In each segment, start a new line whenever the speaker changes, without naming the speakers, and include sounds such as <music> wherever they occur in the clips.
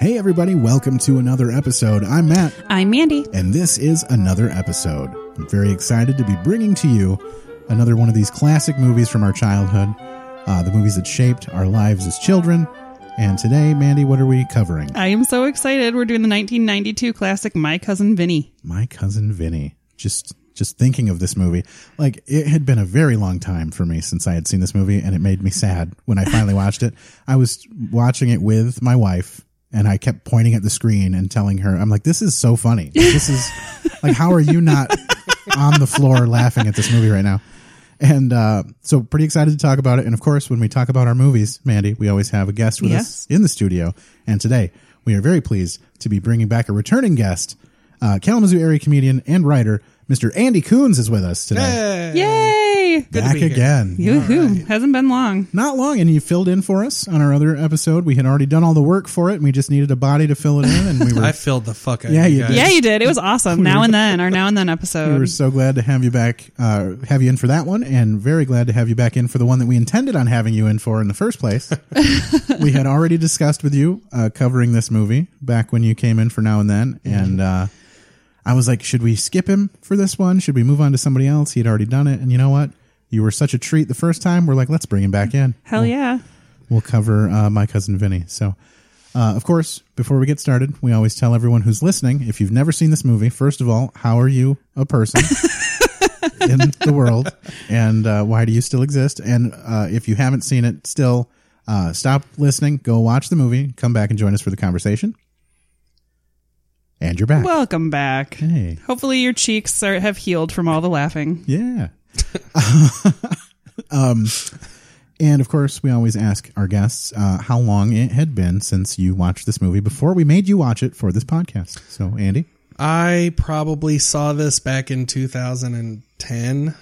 Hey, everybody, welcome to another episode. I'm Matt,
I'm Mandy.
and this is another episode. I'm very excited to be bringing to you another one of these classic movies from our childhood, uh, the movies that shaped our lives as children. And today, Mandy, what are we covering?
I am so excited. We're doing the 1992 classic My Cousin Vinny.
My cousin Vinny. Just just thinking of this movie, like it had been a very long time for me since I had seen this movie, and it made me sad when I finally watched it. I was watching it with my wife, and I kept pointing at the screen and telling her, "I'm like, this is so funny. This is like, how are you not on the floor laughing at this movie right now?" And uh, so, pretty excited to talk about it. And of course, when we talk about our movies, Mandy, we always have a guest with us
Yes.
in the studio. And today, we are very pleased to be bringing back a returning guest, uh, Kalamazoo area comedian and writer, Mr. Andy Coons, is with us today.
Yay!
Good to
back
be here.
again.
Yoo-hoo. Hasn't been long.
Not long, and you filled in for us on our other episode. We had already done all the work for it, and we just needed a body to fill it in. And
<laughs>
we were,
I filled the fuck out.
Yeah,
of
you
guys.
did.
Yeah, you did. It was awesome. Now and then, our now and then episode.
we were so glad to have you back, uh, have you in for that one, and very glad to have you back in for the one that we intended on having you in for in the first place. we had already discussed with you uh, covering this movie back when you came in for now and then, and uh, I was like, should we skip him for this one? Should we move on to somebody else? He had already done it, and you know what? You were such a treat the first time. We're like, let's bring him back in.
Hell yeah.
we'll cover uh, my cousin Vinny. So, uh, of course, before we get started, we always tell everyone who's listening if you've never seen this movie, first of all, how are you a person in the world, and uh, why do you still exist? And uh, if you haven't seen it, still uh, stop listening, go watch the movie, come back and join us for the conversation. And you're back.
Welcome back.
hey,
Hopefully, your cheeks are, have healed from all the laughing.
yeah. <laughs> um, and of course, we always ask our guests uh, how long it had been since you watched this movie before we made you watch it for this podcast. So, Andy,
I probably saw this back in 2010.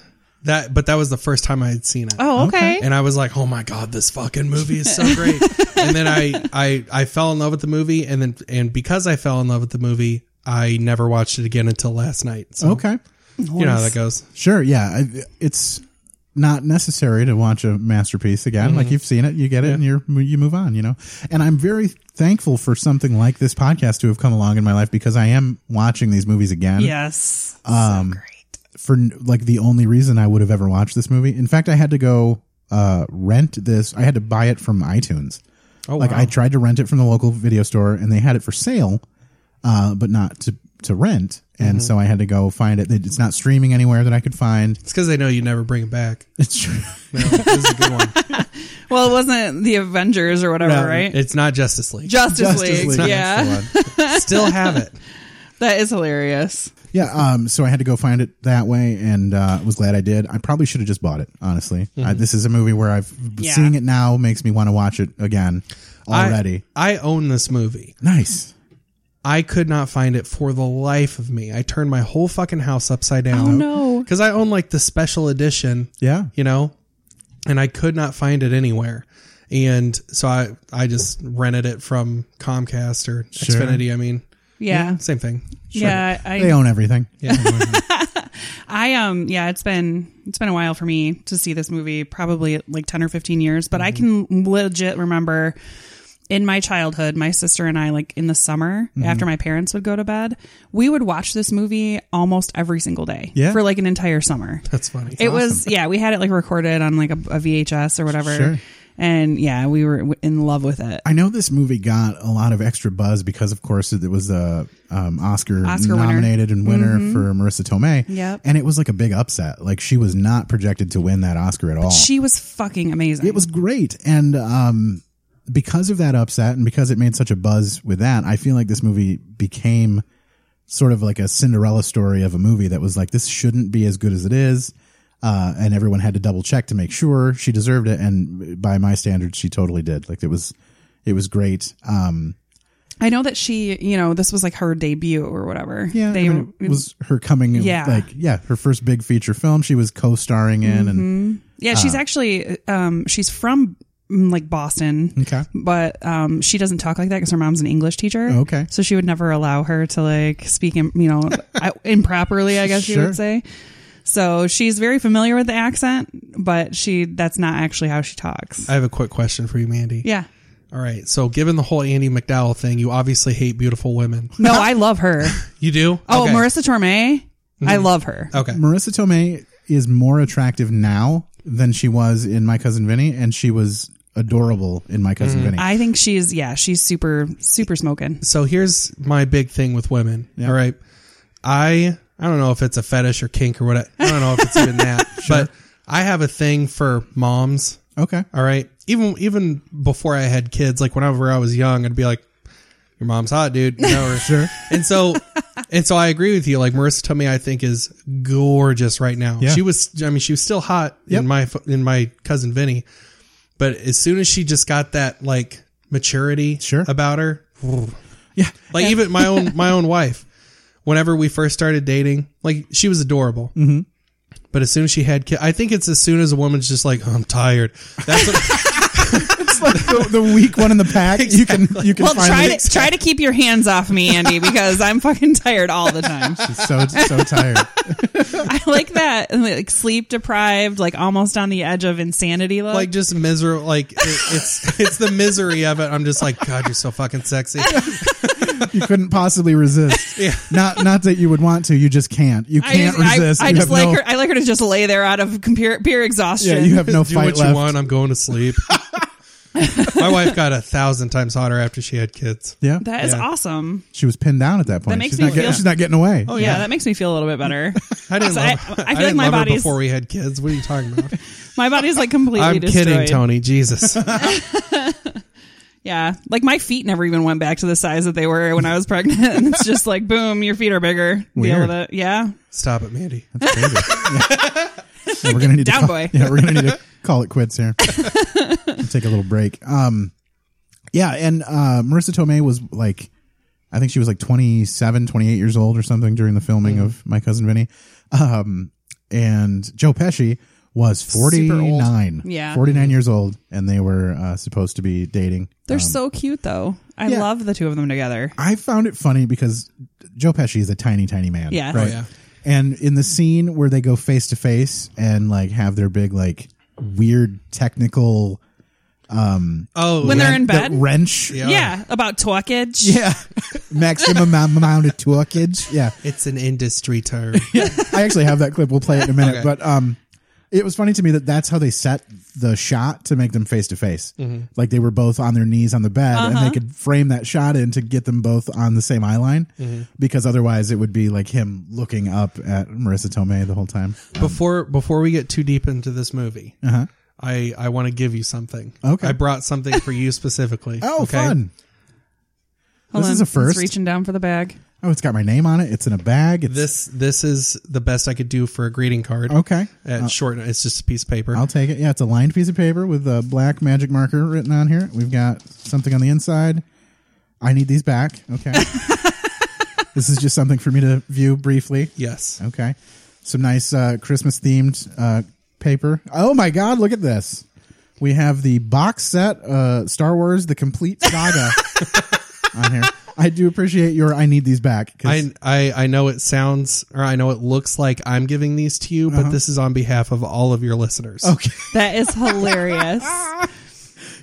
That, but that was the first time I had seen it.
Oh, okay.
And I was like, "Oh my god, this fucking movie is so
<laughs>
great!" and then I, I, I fell in love with the movie, and then, and because I fell in love with the movie, I never watched it again until last night. So
okay,
you know how that goes.
sure, yeah, I- it's not necessary to watch a masterpiece again. Like you've seen it, you get it, and you're you move on. You know, and I'm very thankful for something like this podcast to have come along in my life because I am watching these movies again.
Yes. so great.
for like the only reason I would have ever watched this movie. In fact, I had to go uh, rent this. I had to buy it from iTunes.
Oh,
like
wow.
I tried to rent it from the local video store, and they had it for sale, uh, but not to to rent.
Mm-hmm.
And so I had to go find it. It's not streaming anywhere that I could find. <laughs>
It's because they know you never bring it back.
It's true.
No, this is a good one.
Well, it wasn't the Avengers or whatever, right?
It's not Justice League.
Justice, League.
League,
Yeah.
that's the one.
Still have it.
That is hilarious.
Yeah. Um. So I had to go find it that way, and uh, was glad I did. I probably should have just bought it. Honestly, I,
Mm-hmm.
this is a movie where I've
Yeah.
seeing it now makes me want to watch it again <laughs> already.
I, I own this movie.
nice.
I could not find it for the life of me. I turned my whole fucking house upside down.
Oh, no.
Because I own like the special edition,
Yeah.
you know, and I could not find it anywhere. And so I, I just rented it from Comcast or
Sure.
Xfinity. I mean,
Yeah.
same thing.
Yeah. I,
They own everything.
I um yeah, it's been it's been a while for me to see this movie, probably like 10 or 15 years, but I can legit remember in my childhood, my sister and I like in the summer
Mm-hmm.
after my parents would go to bed, we would watch this movie almost every single day
Yeah.
for like an entire summer.
That's funny.
It was yeah, we had it like recorded on like a, a VHS or whatever.
Sure.
And yeah, we were w- in love with it.
I know this movie got a lot of extra buzz because, of course, it was a um, Oscar,
Oscar winner. Mm-hmm.
nominated and winner for Marissa Tomei.
Yep.
and it was like a big upset. Like she was not projected to win that Oscar at all.
She was fucking amazing.
it was great, and um, because of that upset and because it made such a buzz with that, I feel like this movie became sort of like a Cinderella story of a movie that was like this shouldn't be as good as it is. Uh, and everyone had to double check to make sure she deserved it, and by my standards, she totally did. Like it was, it was great. Um,
I know that she, you know, this was like her debut or whatever.
Yeah,
they
I mean, it was her coming. in
Yeah.
like yeah, her first big feature film. She was co-starring
Mm-hmm.
in, and
Yeah, she's
Uh-huh.
actually um she's from mm, like Boston.
Okay. Oh,
But um she doesn't talk like that cuz her mom's an English teacher.
Okay.
So she would never allow her to like speak im-
<laughs>
you know I- improperly, I guess you
Sure.
would say. So she's very familiar with the accent, but she that's not actually how she talks.
I have a quick question for you, Mandy.
yeah.
All right. So, given the whole Andy McDowell thing, you obviously hate beautiful women.
No,
<laughs>
I love her.
You do?
Oh,
Okay.
Marissa Torme.
Mm-hmm.
I love her.
Okay.
Marissa Tomei is more attractive now than she was in My Cousin Vinny, and she was adorable in My Cousin Vinny.
I think she's yeah, she's super super smoking.
So here's my big thing with women. All right. I I don't know if it's a fetish or kink or what. I, I don't know if it's even
<laughs>
that. But I have a thing for moms.
okay.
All right. Even even before I had kids, like whenever I was young, I'd be like, "Your mom's hot, dude."
<laughs>
You know, or, sure. And so, and so I agree with you. Like Marissa Tomei, I think is gorgeous right now.
Yeah.
She was. I mean, she was still hot
Yep.
in my f- in my cousin Vinny, but as soon as she just got that like maturity
Sure.
about her, ooh.
Yeah.
like even my own my own wife. Whenever we first started dating, like she was adorable. Mm-hmm. But as soon as she had kids, I think it's as soon as a woman's just like, "Oh, I'm tired. That's what,
It's like the, the weak one in the pack. You can you can
Well,
finally
try to try to keep your hands off me, Andy, because I'm fucking tired all
<laughs>
the time.
so so tired.
<laughs> I like that like sleep deprived, like almost on the edge of insanity look.
like just miserable. Like it, it's it's the misery of it. I'm just like, God, you're so fucking sexy.
You couldn't possibly
<laughs>
resist. Not not that you would want to. You just can't. You
I,
can't
just- I-
resist.
I,
You
just
have
like
no-
her. I like her to just lay there out of pure, pure exhaustion.
Yeah, you have no
Do
fight
what
left.
you want. I'm going to sleep. My wife got a thousand times hotter after she had kids.
Yeah,
that is
Yeah.
awesome.
she was pinned down at that point.
makes
she's
me
not getting,
feel-
she's not getting away.
Oh yeah, that makes me feel a little
<laughs>
bit better.
I didn't love.
So I-
I,
I feel like
didn't
my
love her
body's-
before we had kids. What are you talking about?
My body's like completely
I'm
destroyed.
kidding, Tony. Jesus. <laughs>
Yeah, like my feet never even went back to the size that they were when I was pregnant. <laughs> it's just like boom, your feet are bigger. Deal
Weird.
with it. Yeah,
Stop it, Mandy.
That's crazy.
<laughs>
Yeah, we're gonna need to
Down
call,
boy.
Yeah, we're gonna need to call it quits
<laughs>
here. We'll take a little break. Um, yeah, and uh, Marissa Tomei was like, I think she was like 27, 28 years old or something during the filming of
Mm.
My Cousin Vinny. Um, and Joe Pesci was forty nine.
Yeah.
forty nine years old, and they were uh, supposed to be dating.
they're so cute though. I
Um, yeah.
love the two of them together.
I found it funny because Joe Pesci is a tiny, tiny man.
Yeah.
Right.
Oh, yeah.
And in the scene where they go face to face and like have their big like weird technical
Oh,
When they're in
that
bed.
wrench, yeah,
yeah, about talkage.
<laughs> maximum am- amount of torquage, yeah.
it's an industry term. <laughs>
I actually have that clip. We'll play it in a minute.
Okay.
But um, it was funny to me that that's how they set the shot to make them face to face.
Mm-hmm.
Like they were both on their knees on the bed, and
Uh-huh.
they could frame that shot in to get them both on the same eye line.
Mm-hmm.
Because otherwise, it would be like him looking up at Marissa Tomei the whole time.
before before we get too deep into this movie, I I want to give you something.
Okay.
I brought something for you <laughs> specifically.
Oh, fun!
Hold
This
on.
is a first.
It's reaching down for the bag.
Oh, it's got my name on it. It's in a bag. It's
This this is the best I could do for a greeting card.
okay.
At short, it's just a piece of paper.
I'll take it. Yeah, it's a lined piece of paper with a black magic marker written on here. We've got something on the inside. I need these back.
<laughs>
Okay. this is just something for me to view briefly.
yes.
Okay. Some nice uh, Christmas themed uh, paper. Oh my God, look at this. We have the box set, uh, Star Wars, the complete
<laughs>
saga on here. I do appreciate your I need these back. 'cause-
I, I I know it sounds or I know it looks like I'm giving these to you, but this is on behalf of all of your listeners.
okay. <laughs>
That is hilarious.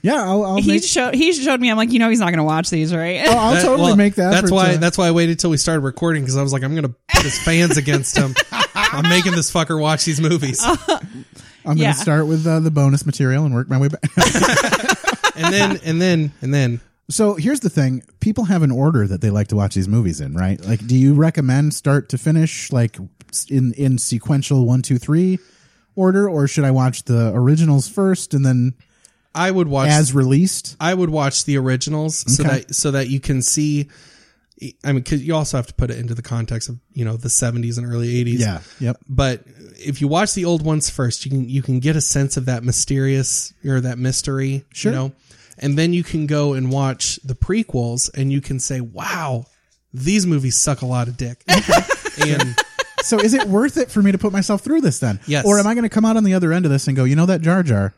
Yeah, I'll, I'll
<laughs> he
make
showed he showed me. I'm like, you know, he's not going to watch these, right?
I'll
That-
totally
well,
make that.
That's
effort
why.
to-
That's why I waited till we started recording because I was like, I'm gonna put his fans against
<laughs>
him. I'm making this fucker watch these movies,
I'm
yeah.
going to start with uh, the bonus material and work my way back.
and then and then and then
So here's the thing: people have an order that they like to watch these movies in, right? Like, do you recommend start to finish, like in in sequential one, two, three order, or should I watch the originals first and then
I would watch
as released?
I would watch the originals so
Okay.
that so that you can see. I mean, because you also have to put it into the context of you know the '70s and early '80s.
Yeah. Yep.
But if you watch the old ones first, you can you can get a sense of that mysterious or that mystery.
Sure.
You know, and then you can go and watch the prequels, and you can say, "Wow, these movies suck a lot of dick." and
So is it worth it for me to put myself through this then?
Yes.
Or am I going to come out on the other end of this and go, you know, that Jar Jar?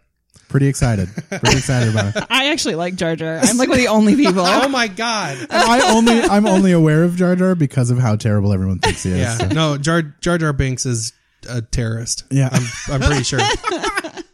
Pretty excited. Pretty excited about it.
<laughs> I actually like Jar <laughs> Jar. I'm like one of the only <laughs> people.
oh my god,
And I only I'm only aware of Jar Jar because of how terrible everyone thinks he is.
yeah,
So-
no, Jar Jar Jar Binks is a terrorist.
Yeah.
I'm, I'm pretty sure.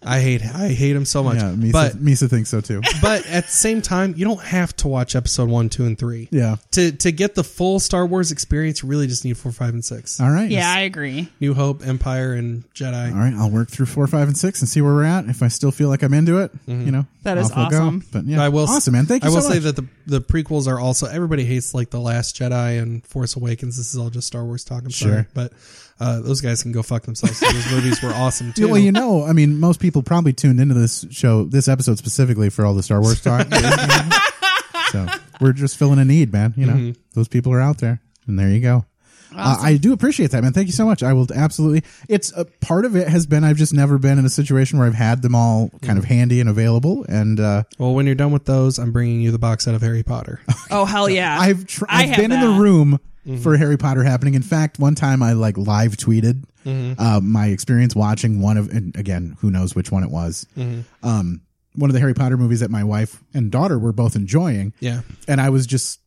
I hate I hate him so much.
Yeah, Misa,
but
Misa thinks so too.
but at the same time, you don't have to watch episode one, two, and three.
Yeah.
To to get the full Star Wars experience, you really just need four, five, and six.
All right.
Yeah, I agree.
New Hope, Empire, and Jedi.
All right. I'll work through four, five, and six and see where we're at. If I still feel like I'm into it, you know,
That is
off we'll go.
awesome.
But yeah,
Mm-hmm. I will
awesome, man. Thank you.
I will
so
say
much.
that the the prequels are also everybody hates like the Last Jedi and Force Awakens. This is all just Star Wars talk. I'm sorry,
Sure.
but uh, those guys can go fuck themselves. those movies were awesome too.
Yeah, well, <laughs> you know, I mean, most people probably tuned into this show, this episode specifically for all the Star Wars
<laughs>
talk. so we're just filling a need, man. You know,
Mm-hmm.
those people are out there, and there you go. Uh, I do appreciate that, man. Thank you so much. I will absolutely. It's a part of it has been I've just never been in a situation where I've had them all
Mm-hmm.
kind of handy and available, and uh,
Well, when you're done with those, I'm bringing you the box set of Harry
<laughs>
Potter.
Oh hell yeah!
I've tr-
I
I've
have
been in the
that.
room
Mm-hmm.
for Harry Potter happening. In fact, one time I like live tweeted
Mm-hmm.
uh, my experience watching one of, and again, who knows which one it was.
Mm-hmm.
Um, one of the Harry Potter movies that my wife and daughter were both enjoying,
yeah,
and I was just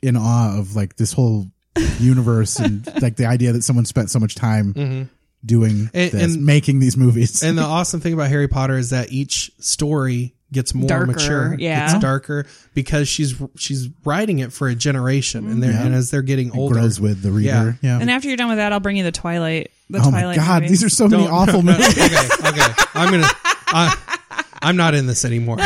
in awe of like this whole universe
<laughs>
and like the idea that someone spent so much time doing
Mm-hmm. And-
this,
and-
making these movies. <laughs>
and the awesome thing about Harry Potter is that each story gets more
Darker,
mature,
yeah.
gets darker because she's she's writing it for a generation, and they're, and as they're getting older,
grows with the reader. Yeah.
and after you're done with that, I'll bring you the Twilight. The
oh my
Twilight.
god,
movie.
these are so many
Don't- <laughs>
awful
no,
movies.
okay, okay. I'm gonna. I, I'm not in this
<laughs>
anymore.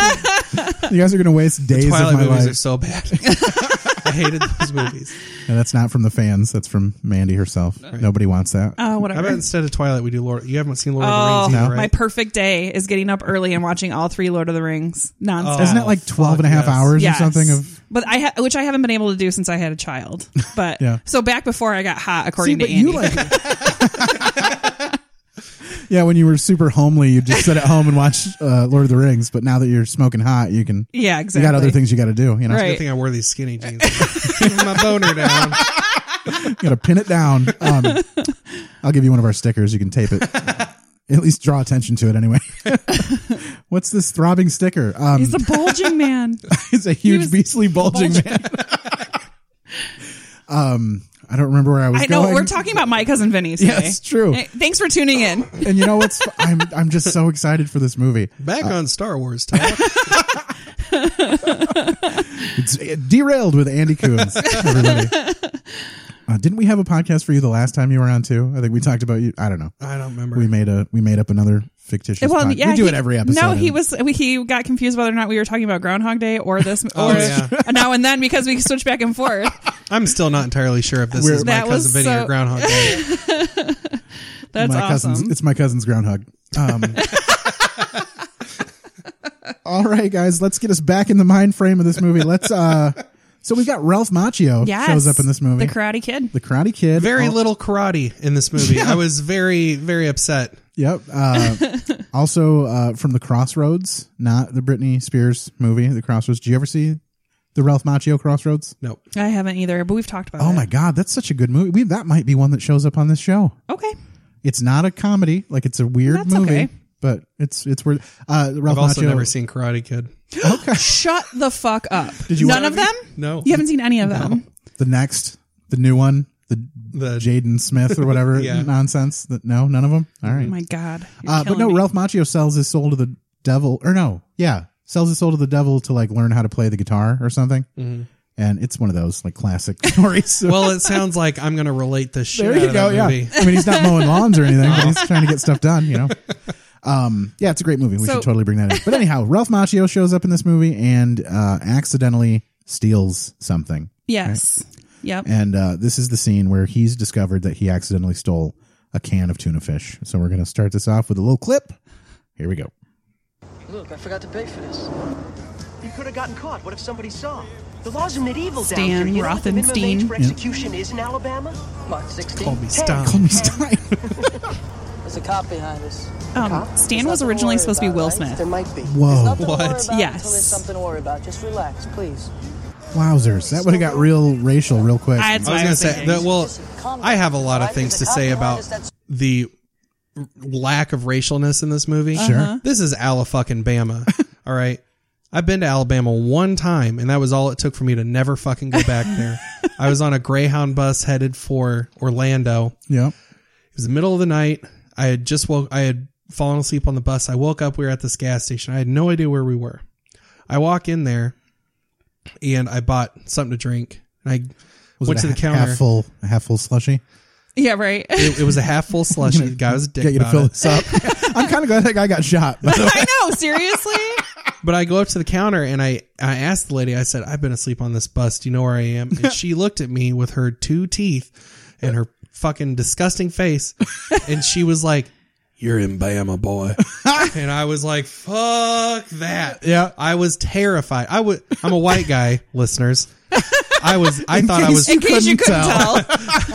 you guys are going to waste days of my
Twilight movies
life.
are so bad. <laughs> I hated those movies.
And that's not from the fans. That's from Mandy herself. Nobody wants that.
Oh,
How
whatever.
about instead of Twilight, we do Lord? You haven't seen Lord of
Oh,
the Rings, either,
my
right?
perfect day is getting up early and watching all three Lord of the Rings nonstop.
Isn't it like
fuck,
12 and a half
yes.
hours
Oh, Yes.
or Oh. something? Of
but I ha- which I haven't been able to do since I had
<laughs>
a child. But
Yeah.
so back before I got hot, according to
but
Andy.
you like. <laughs> yeah, when you were super homely, you just sit at home and watch uh, Lord of the Rings. But now that you're smoking hot, you can.
<laughs> yeah,
You
exactly.
got other things you got to do. You know,
I
Right.
think I wore these skinny jeans. Keeping my boner down.
you got to pin it down. Um, I'll give you one of our stickers. You can tape
<laughs>
it. At least draw attention to it anyway. What's this throbbing sticker? Um,
He's a
<laughs>
bulging man.
It's a huge
was
beastly bulging, man. <laughs> um, I don't remember where I was
I know
going. <laughs>
we're talking about my cousin Vinny. Today.
Yeah, it's true.
<laughs> Eh, Thanks for tuning in.
And you know what's? I'm I'm just so excited for this movie.
Back on Star Wars talk.
It's it derailed with Andy Coons.
<laughs>
Everybody. Uh, didn't we have a podcast for you the last time you were on too? I think we talked about you. I don't know.
I don't
We
remember.
made a we made up another fictitious.
Well,
pod-
yeah,
we do
he-
it every episode.
No, he
and-
was we, he got confused whether or not we were talking about Groundhog Day or this
<laughs> Oh,
or
yeah.
<laughs> now and then because we switch back and
<laughs>
forth.
I'm still not entirely sure if this
We're-
is my
That was
cousin Vinny or
so-
Groundhog
<laughs>
Day.
That's
my
awesome.
cousin's it's my cousin's groundhog
<laughs>
um all right guys let's get us back in the mind frame of this movie let's uh so we got ralph macchio
Yes.
shows up in this movie
The Karate Kid.
The karate kid
Very
Oh,
little karate in this movie. I was very, very upset.
yep
<laughs>
uh also uh from the crossroads not the britney spears movie the crossroads do you ever see the ralph macchio crossroads
Nope.
I haven't either, but we've talked about it.
oh my god that's such a good movie we, that might be one that shows up on this show
Okay.
it's not a comedy like it's a weird
That's
movie
okay.
but it's it's worth uh ralph
I've also
macchio
never seen Karate Kid.
Shut the fuck up.
Did you
None
watch
of them?
No.
You haven't seen any of them.
the next, the new one, the,
The-
Jaden Smith or whatever
<laughs> Yeah.
nonsense. That no, none of them. All right.
Oh my god. You're
uh, but
killing
no,
me.
Ralph Macchio sells his soul to the devil, or no, yeah, sells his soul to the devil to like learn how to play the guitar or something. And it's one of those like classic <laughs> stories.
Mm-hmm. Well, it sounds like I'm going to relate the shit
there
out
you
of
go.
that
Yeah,
movie.
I mean he's not mowing lawns
<laughs>
or anything, but he's trying to get stuff done. You know. Um, yeah, it's a great movie. We
So-
should totally bring that in. But anyhow, Ralph Macchio shows up in this movie and uh, accidentally steals something.
Yes. Yep.
And uh, this is the scene where he's discovered that he accidentally stole a can of tuna fish. So we're going to start this off with a little clip. Here we go.
Look, I forgot to pay for this. You could have gotten caught. What if somebody saw? The laws are medieval down here.
Stan
You know what the minimum age
Rothenstein.
for execution is in Alabama? What, 16?
Call me Stein.
Call me Stein.
There's a cop behind us.
Um, Stan was originally supposed to be Will Smith.
There might be.
Whoa.
Nothing to worry
What?
about
Yes.
until there's something to worry about. Just relax, please.
Wowzers. That would have got real racial real quick.
I- that's
I
what
was going
I
to
was
say
thinking.
that. Well,
Calm down,
I have a lot
all
of
right? There's
things to
a cop
say
behind
about
us that's-
the r- lack of racialness in this movie.
Sure. Uh-huh.
this is
<laughs>
Alafucking Bama. all right, I've been to Alabama one time, and that was all it took for me to never fucking go back
<laughs>
there. I was on a Greyhound bus headed for Orlando.
yep.
It was the middle of the night. I had just woke. I had fallen asleep on the bus. I woke up. We were at this gas station. I had no idea where we were. I walk in there, and I bought something to drink. And I
Was
went
it
to
a
the
ha-
counter.
half full, a half full slushy?
Yeah, right. <laughs>
It, it was a
<laughs>
half full slushie. The guy was a dick
Get you to
about
fill
it.
this
<laughs>
up. I'm kind of glad that guy got shot. by the way.
I know, seriously.
But I go up to the counter and I, I asked the lady, I said, I've been asleep on this bus. Do you know where I am?
<laughs>
And she looked at me with her two teeth and her fucking disgusting
<laughs>
face. And she was like, You're in Bama, boy. <laughs> and I was like, Fuck that.
Yeah.
I was terrified. I would, I'm a white guy, <laughs> listeners. I was, I thought I was
In case you couldn't
Couldn't
<laughs>
tell.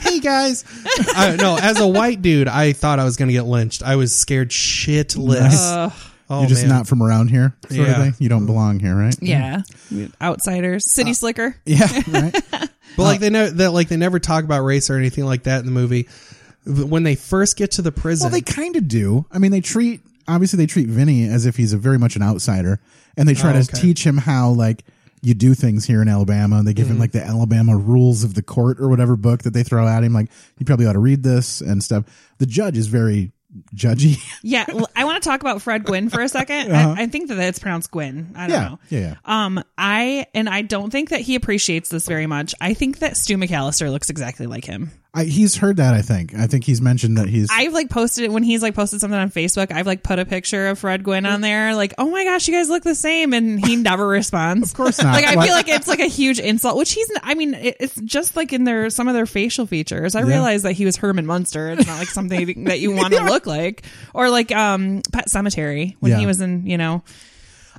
hey guys.
<laughs>
I, no, as a white dude, I thought I was going to get lynched. I was scared shitless.
Ugh.
oh,
You're just
man.
not from around here, sort of
Yeah.
thing. You don't belong here, right?
Yeah. Outsiders. City slicker.
<laughs> Yeah, right.
But like they know that like they never talk about race or anything like that in the movie. But When they first get to the prison,
Well, they kind of do. I mean, they treat obviously they treat Vinny as if he's a very much an outsider, and they try
Oh,
to
okay.
teach him how like you do things here in Alabama. And they give him
Mm-hmm.
like the Alabama Rules of the Court or whatever book that they throw at him. Like you probably ought to read this and stuff. The judge is very judgy.
Yeah. l- <laughs> I want to talk about Fred Gwynn for a 2nd I, I think that it's pronounced Gwynn. I
<laughs>
don't
yeah,
know.
yeah, yeah.
Um, I and I don't think that he appreciates this very much. I think that Stu McAllister looks exactly like him.
I, he's heard that. I think. I think he's mentioned that he's.
I've like posted it when he's like posted something on Facebook. I've like put a picture of Fred Gwynn on there, like, oh my gosh, you guys look the same, and he never responds. Of
course not.
Like, I
Why-
feel like it's like a huge insult, which he's. n- I mean, it, it's just like in their some of their facial features. I realize that he was Herman Munster. It's not like something that
<laughs>
you want to look like, or like um Pet Cemetery when he
Yeah.
was in, you know,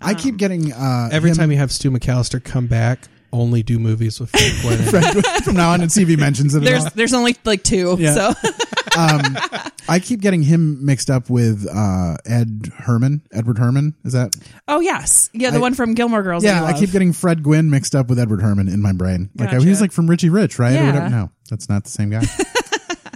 I keep getting uh,
every
him-
time you have Stu McAllister come back, only do movies with Frank Gwynn.
<laughs> from now on, and CV mentions it.
there's there's only like two. So <laughs>
I keep getting him mixed up with uh, Ed Herman. Edward Herman is that?
oh yes, yeah, the
I-
one from Gilmore Girls. that
Yeah,
you
I
love.
keep getting Fred Gwynn mixed up with Edward Herman in my brain. Like I, he
Gotcha.
was like from Richie Rich, right? Or
Yeah.
whatever. No, that's not the same guy.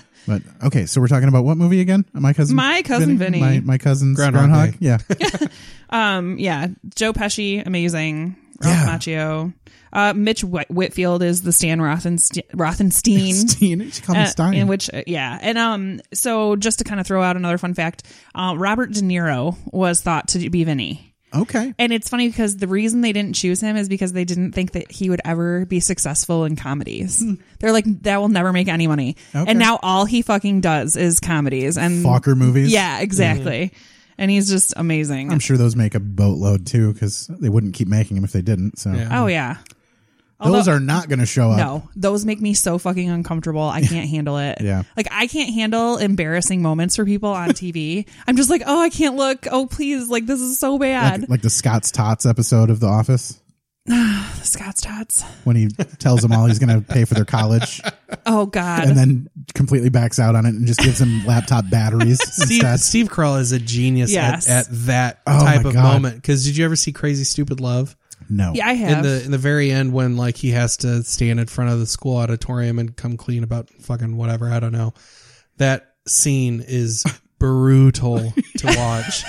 <laughs> but okay, so we're talking about what movie again? My cousin,
My Cousin Vinny.
my, my cousin's
Groundhog
Groundhog.
Day.
<laughs>
Yeah,
Um, yeah, Joe Pesci, amazing. Ralph
Yeah.
Macchio. Uh, Mitch Whit- Whitfield is the Stan Rothenste- Rothenstein.
Steen. She called him
Uh,
Stein.
in which, uh, yeah, and um, so just to kind of throw out another fun fact, uh, Robert De Niro was thought to be Vinny,
okay,
and it's funny because the reason they didn't choose him is because they didn't think that he would ever be successful in comedies. They're like, that will never make any money,
Hmm. Okay.
and now all he fucking does is comedies and
Fokker movies. Hmm.
Yeah, exactly, and he's just amazing.
I'm sure those make a boatload too because they wouldn't keep making them if they didn't. So
Yeah.
Oh yeah.
those
Although-
are not going to show up.
No, those make me so fucking uncomfortable. I can't handle it.
Yeah.
Like I can't handle embarrassing moments for people on TV. I'm just like, "Oh, I can't look. Oh, please. Like this is so bad."
Like, like the Scott's Tots episode of The Office
Scott's tots.
when
<laughs>
he tells them all he's going to pay for their college.
Oh god.
and then completely backs out on it and just gives him laptop
<laughs>
batteries
Steve,
instead.
Steve Carell is a genius
Yes.
at, at that
Oh,
type
my
of
God.
moment. Because did you ever see Crazy Stupid Love?
No.
yeah, I
In
have.
the in the very end, when like he has to stand in front of the school auditorium and come clean about fucking whatever, I don't know. That scene is brutal to watch,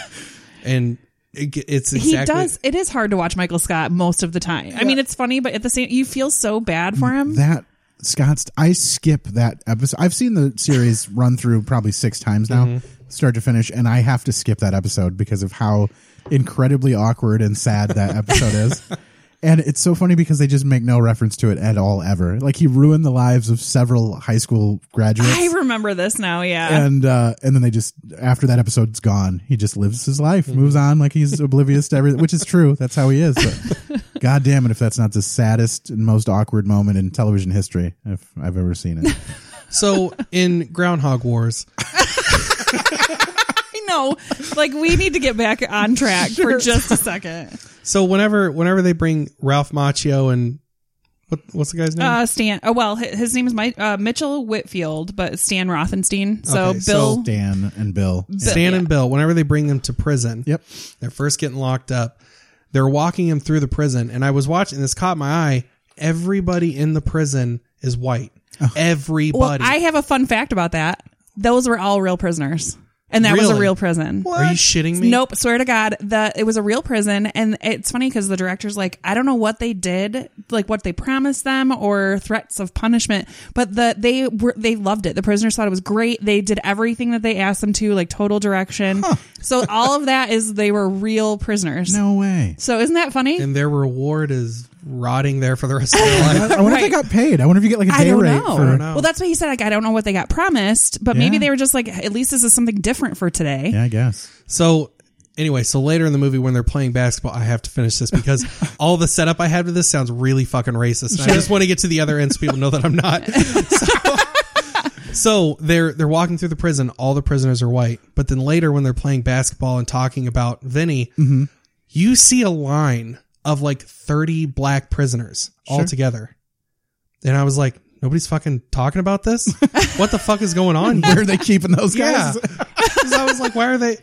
and it, ge- it's
he
exactly
does. It is hard to watch Michael Scott most of the time. I mean, it's funny, but at the same you feel so bad for him.
that Scott's I skip that episode. I've seen the series <laughs> run through probably 6 times now, start to finish, and I have to skip that episode because of how incredibly awkward and sad that episode is. And it's so funny because they just make no reference to it at all ever. Like he ruined the lives of several high school graduates.
I remember this now, yeah.
and uh, and then they just after that episode's gone, he just lives his life,
Mm-hmm.
moves on like
<laughs>
he's oblivious to everything, which is true. That's how he is. But God damn it, if that's not the saddest and most awkward moment in television history, if I've ever seen
<laughs>
it.
So in Groundhog Wars,
I know. Like we need to get back on track for just a second.
so whenever whenever they bring Ralph Macchio and what what's the guy's name?
Uh, Stan. Oh well, hi- his name is Mike, uh, Mitchell Whitfield, but Stan Rothenstein. So
Okay, so
Oh, Bill.
Dan and Bill.
Stan and Bill. Whenever they bring them to prison,
Yep.
they're first getting locked up. They're walking him through the prison, and I was watching. This caught my eye. Everybody in the prison is white. Everybody.
well, I have a fun fact about that. Those were all real prisoners. And that was a
Really?
real prison.
Are you shitting me?
Nope, swear to God, the it was a real prison, and it's funny because the director's like, I don't know what they did, like what they promised them, or threats of punishment, but the they were they loved it. The prisoners thought it was great. They did everything that they asked them to, like total direction. So all of that is they were real prisoners.
No way.
So isn't that funny?
And their reward is rotting there for the rest of their life.
I wonder if they got paid. I wonder if you get like a
I
day
don't,
rate
know.
for.
know.
Well, that's what he said. Like, I don't know what they got promised, but maybe
Yeah.
they were just like, at least this is something different for today.
Yeah, I
<laughs>
guess.
So anyway, so later in the movie when they're playing basketball, I have to finish this because all the setup I had with this sounds really fucking racist. And I just want to get to the other end so people know that I'm not. <laughs> So, so they're they're walking through the prison. All the prisoners are white, but then later when they're playing basketball and talking about Vinny, you see a line of like 30 black prisoners all together, and I was like. Nobody's fucking talking about this. What the fuck is
<laughs>
going on?
Where
Here?
are they keeping those
Yeah,
guys?
'Cause I was like, why are they?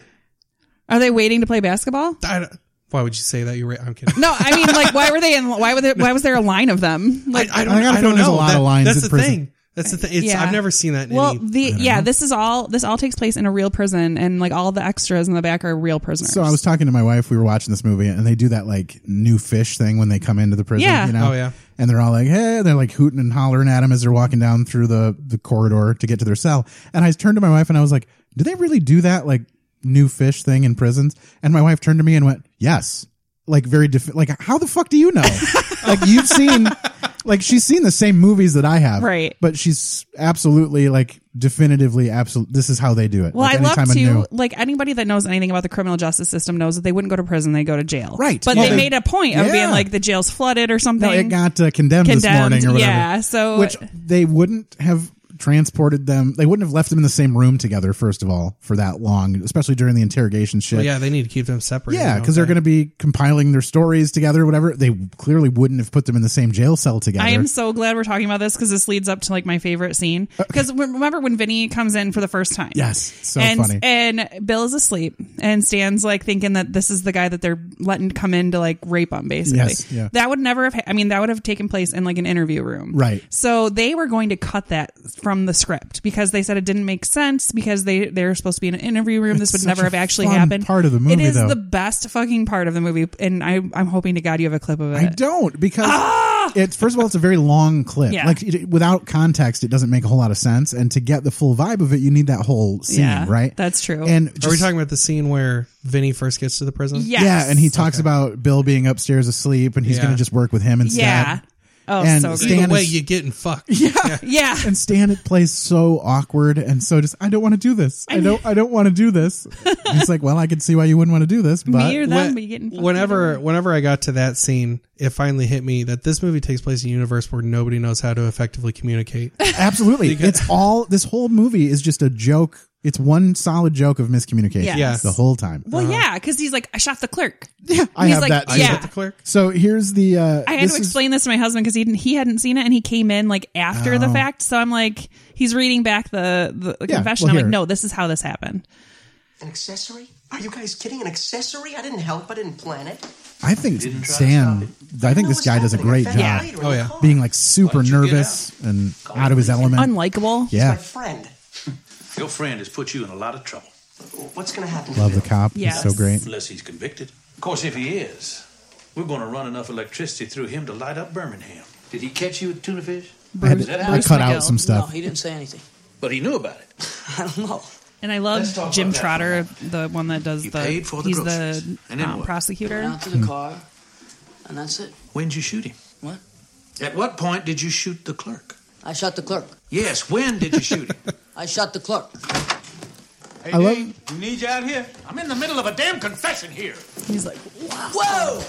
Are they waiting to play basketball?
I don't- why would you say that? You're right.
<laughs>
I'm kidding.
No, I mean, like, why were they in? Why were they, Why was there a line of them? Like,
I, I don't.
I gotta
I,
feel
don't
there's
know.
a lot of
That-
lines
that's
in
the
prison.
thing. That's the thing. It's,
Yeah.
I've never seen that. In
well,
any,
the yeah, this is all. This all takes place in a real prison, and like all the extras in the back are real prisoners.
So I was talking to my wife. We were watching this movie, and they do that like new fish thing when they come into the prison.
Yeah.
You know?
Oh, yeah.
And they're all like, "Hey!" and They're like hooting and hollering at him as they're walking down through the the corridor to get to their cell. And I turned to my wife and I was like, "Do they really do that like new fish thing in prisons?" And my wife turned to me and went, "Yes." Like very def- like how the fuck do you know?
<laughs>
like you've seen. Like she's seen the same movies that I have,
Right.
But she's absolutely like definitively absolute. This is how they do it.
well,
like,
I love
anytime
to
a new-
like anybody that knows anything about the criminal justice system knows that they wouldn't go to prison; they go to jail.
Right.
But
Well,
they,
they-
made a point of being
Yeah.
like the jail's flooded or something.
No, it got uh, condemned, this
Condemned,
morning or whatever.
yeah, so-
which they wouldn't have transported them. They wouldn't have left them in the same room together. First of all, for that long, especially during the interrogation shit.
yeah, they need to keep them separate.
Yeah, because they're going to be compiling their stories together, whatever. They clearly wouldn't have put them in the same jail cell together.
I am so glad we're talking about this because this leads up to like my favorite scene. Because remember when Vinny comes in for the first time?
Uh, yes, so
and,
funny.
And Bill is asleep, and Stan's like thinking that this is the guy that they're letting come in to like rape him, basically.
Yes, yeah.
That would never have. ha- I mean, that would have taken place in like an interview room,
Right.
So they were going to cut that from the script because they said it didn't make sense because they they're supposed to be in an interview room. this
It's
would
such
never
a
have actually
fun
happened.
part of the movie,
It is
though.
the best fucking part of the movie, and I I'm hoping to God you have a clip of it.
I don't because it's first of all it's a very long clip.
Ah! Yeah.
Like it, without context, it doesn't make a whole lot of sense. And to get the full vibe of it, you need that whole scene,
Yeah,
right?
that's true.
And
Are we
just-
talking about the scene where Vinny first gets to the prison?
Yes.
Yeah, and he talks about Bill being upstairs asleep, and he's
Yeah.
going to just work with him instead.
yeah. Oh,
And
so
Stan
good.
Either way,
is-
you're
<laughs>
getting fucked. Yeah.
Yeah.
And Stan it plays so awkward and so just I don't want to do this. I don't I don't want to do
<laughs>
this. And he's like, well, I can see why you wouldn't want to do this,
Me or
but
them, be getting fucked
whenever, whenever I got to that scene, it finally hit me that this movie takes place in a universe where nobody knows how to effectively
<laughs>
communicate.
absolutely, it's all this whole movie is just a joke. It's one solid joke of miscommunication
Yes.
the whole time.
Well, yeah, because he's like, I shot the clerk.
uh-huh. <laughs> Yeah, I
he's
have
like,
that. too.
yeah.
the clerk.
So here's the. Uh,
I had
this
to
is-
explain this to my husband because he didn't, he hadn't seen it and he came in like after the fact. So I'm like, he's reading back the, the
Oh. Yeah,
confession.
well,
I'm
here.
like, no, this is how this happened.
An accessory? Are you guys kidding? An accessory? I didn't help. I didn't plan it.
I think Stan. I think
know
this
what's
guy does a
happening. I
great
found out
job
later in
Oh,
the
yeah.
car.
being like super
Why don't you get
nervous and out of his element.
Unlikable.
He's
yeah,
my friend.
Your friend has put you in a lot of trouble,
What's going to happen? to
love the
Bill?
cop.
Yes.
He's so great.
unless he's convicted. Of course, if he is, we're going to run enough electricity through him to light up Birmingham. Did he catch you with tuna fish?
I, had-
Bruce-
I
Bruce
cut
McGill.
out some
No,
stuff.
he didn't say anything.
But he knew about it.
<laughs> I don't know.
And I
Let's
love
talk
Jim
about that.
Trotter, the one that does
You
the,
paid for the
he's the
groceries. And then
um,
what?
Went
prosecutor.
out to the car, and that's it.
When'd you shoot him?
What?
At what point did you shoot the clerk?
I shot the clerk.
Yes, when did you shoot him?
I shot the clerk.
hey,
<laughs> I love- Dave,
we need you out here. I'm in the middle of a damn confession here.
He's like,
Whoa!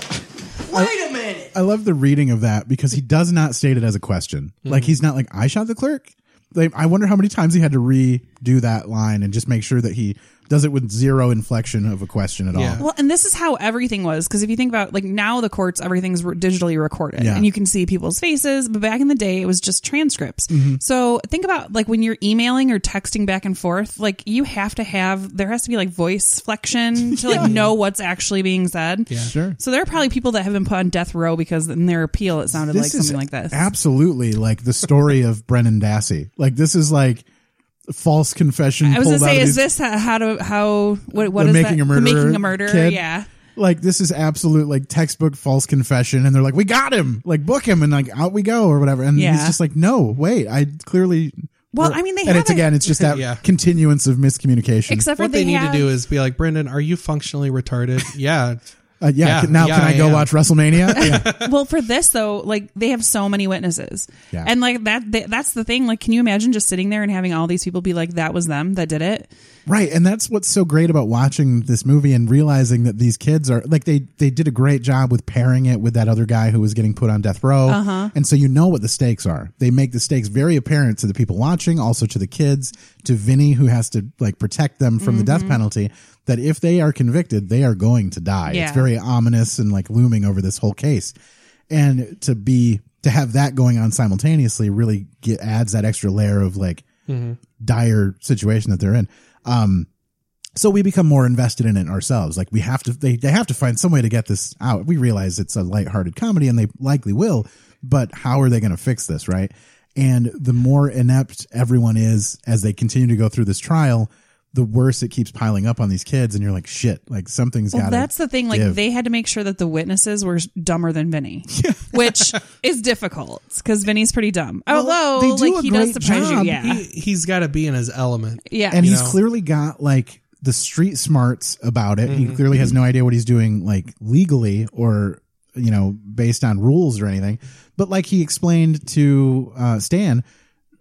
Wait a minute!
I love the reading of that because he does not state it as a question. Like he's not like I shot the clerk. Like I wonder how many times he had to redo that line and just make sure that he does it with zero inflection of a question at
Yeah.
all.
Well, and this is how everything was because if you think about like now the courts everything's re- digitally recorded
Yeah.
and you can see people's faces, but back in the day it was just transcripts.
Mm-hmm.
So think about like when you're emailing or texting back and forth, like you have to have there has to be like
<laughs>
voice flexion to like know what's actually being said. Yeah,
Sure.
So there are probably people that have been put on death row because in their appeal it sounded like
is
something like this.
Absolutely, like the story of Brennan Dassey. Like this is like false confession.
I was
pulled
gonna say,
out of
is
these-
this how, how to how what what
the
is
making
that?
a murderer?
The making a murderer.
kid? Mm-hmm.
Yeah.
Like this is absolute like textbook false confession, and they're like, "We got him!" Like book him, and like out we go or whatever. And he's
Yeah.
just like, "No, wait, I clearly."
Well, I mean, they
and it's
haven't-
again, it's
<laughs>
just that
Yeah.
continuance of miscommunication.
Except for
What they, need
have,
to do is be like, Brendan, are you functionally retarded? yeah.
Uh, yeah,
Yeah,
can- now
yeah,
can I
I
go
am.
watch
<laughs>
WrestleMania? Yeah.
well for this though like they have so many witnesses
Yeah.
and like that th- that's the thing like can you imagine just sitting there and having all these people be like that was them that did it
Right, and that's what's so great about watching this movie and realizing that these kids are like they they did a great job with pairing it with that other guy who was getting put on death row, uh-huh. and so you know what the stakes are. They make the stakes very apparent to the people watching, also to the kids, to Vinny who has to like protect them from the death penalty. That if they are convicted, they are going to die.
Yeah.
It's very ominous and like looming over this whole case, and to be to have that going on simultaneously really get, adds that extra layer of like dire situation that they're in. Um, so we become more invested in it ourselves. Like we have to, they, they have to find some way to get this out. We realize it's a lighthearted comedy and they likely will, but how are they going to fix this? Right. And the more inept everyone is as they continue to go through this trial, the worse it keeps piling up on these kids. And you're like, shit, like something's
well
got
that's the thing like
give.
they had to make sure that the witnesses were dumber
<laughs>
than vinny which is difficult because vinny's pretty dumb although
they do
like
a
he does
great
surprise
job.
you <laughs> yeah
He, he's got to be in his element.
yeah
and he's
know?
clearly got like the street smarts about it.
Mm-hmm.
He clearly has no idea what he's doing, like legally or you know based on rules or anything. But like he explained to uh, Stan,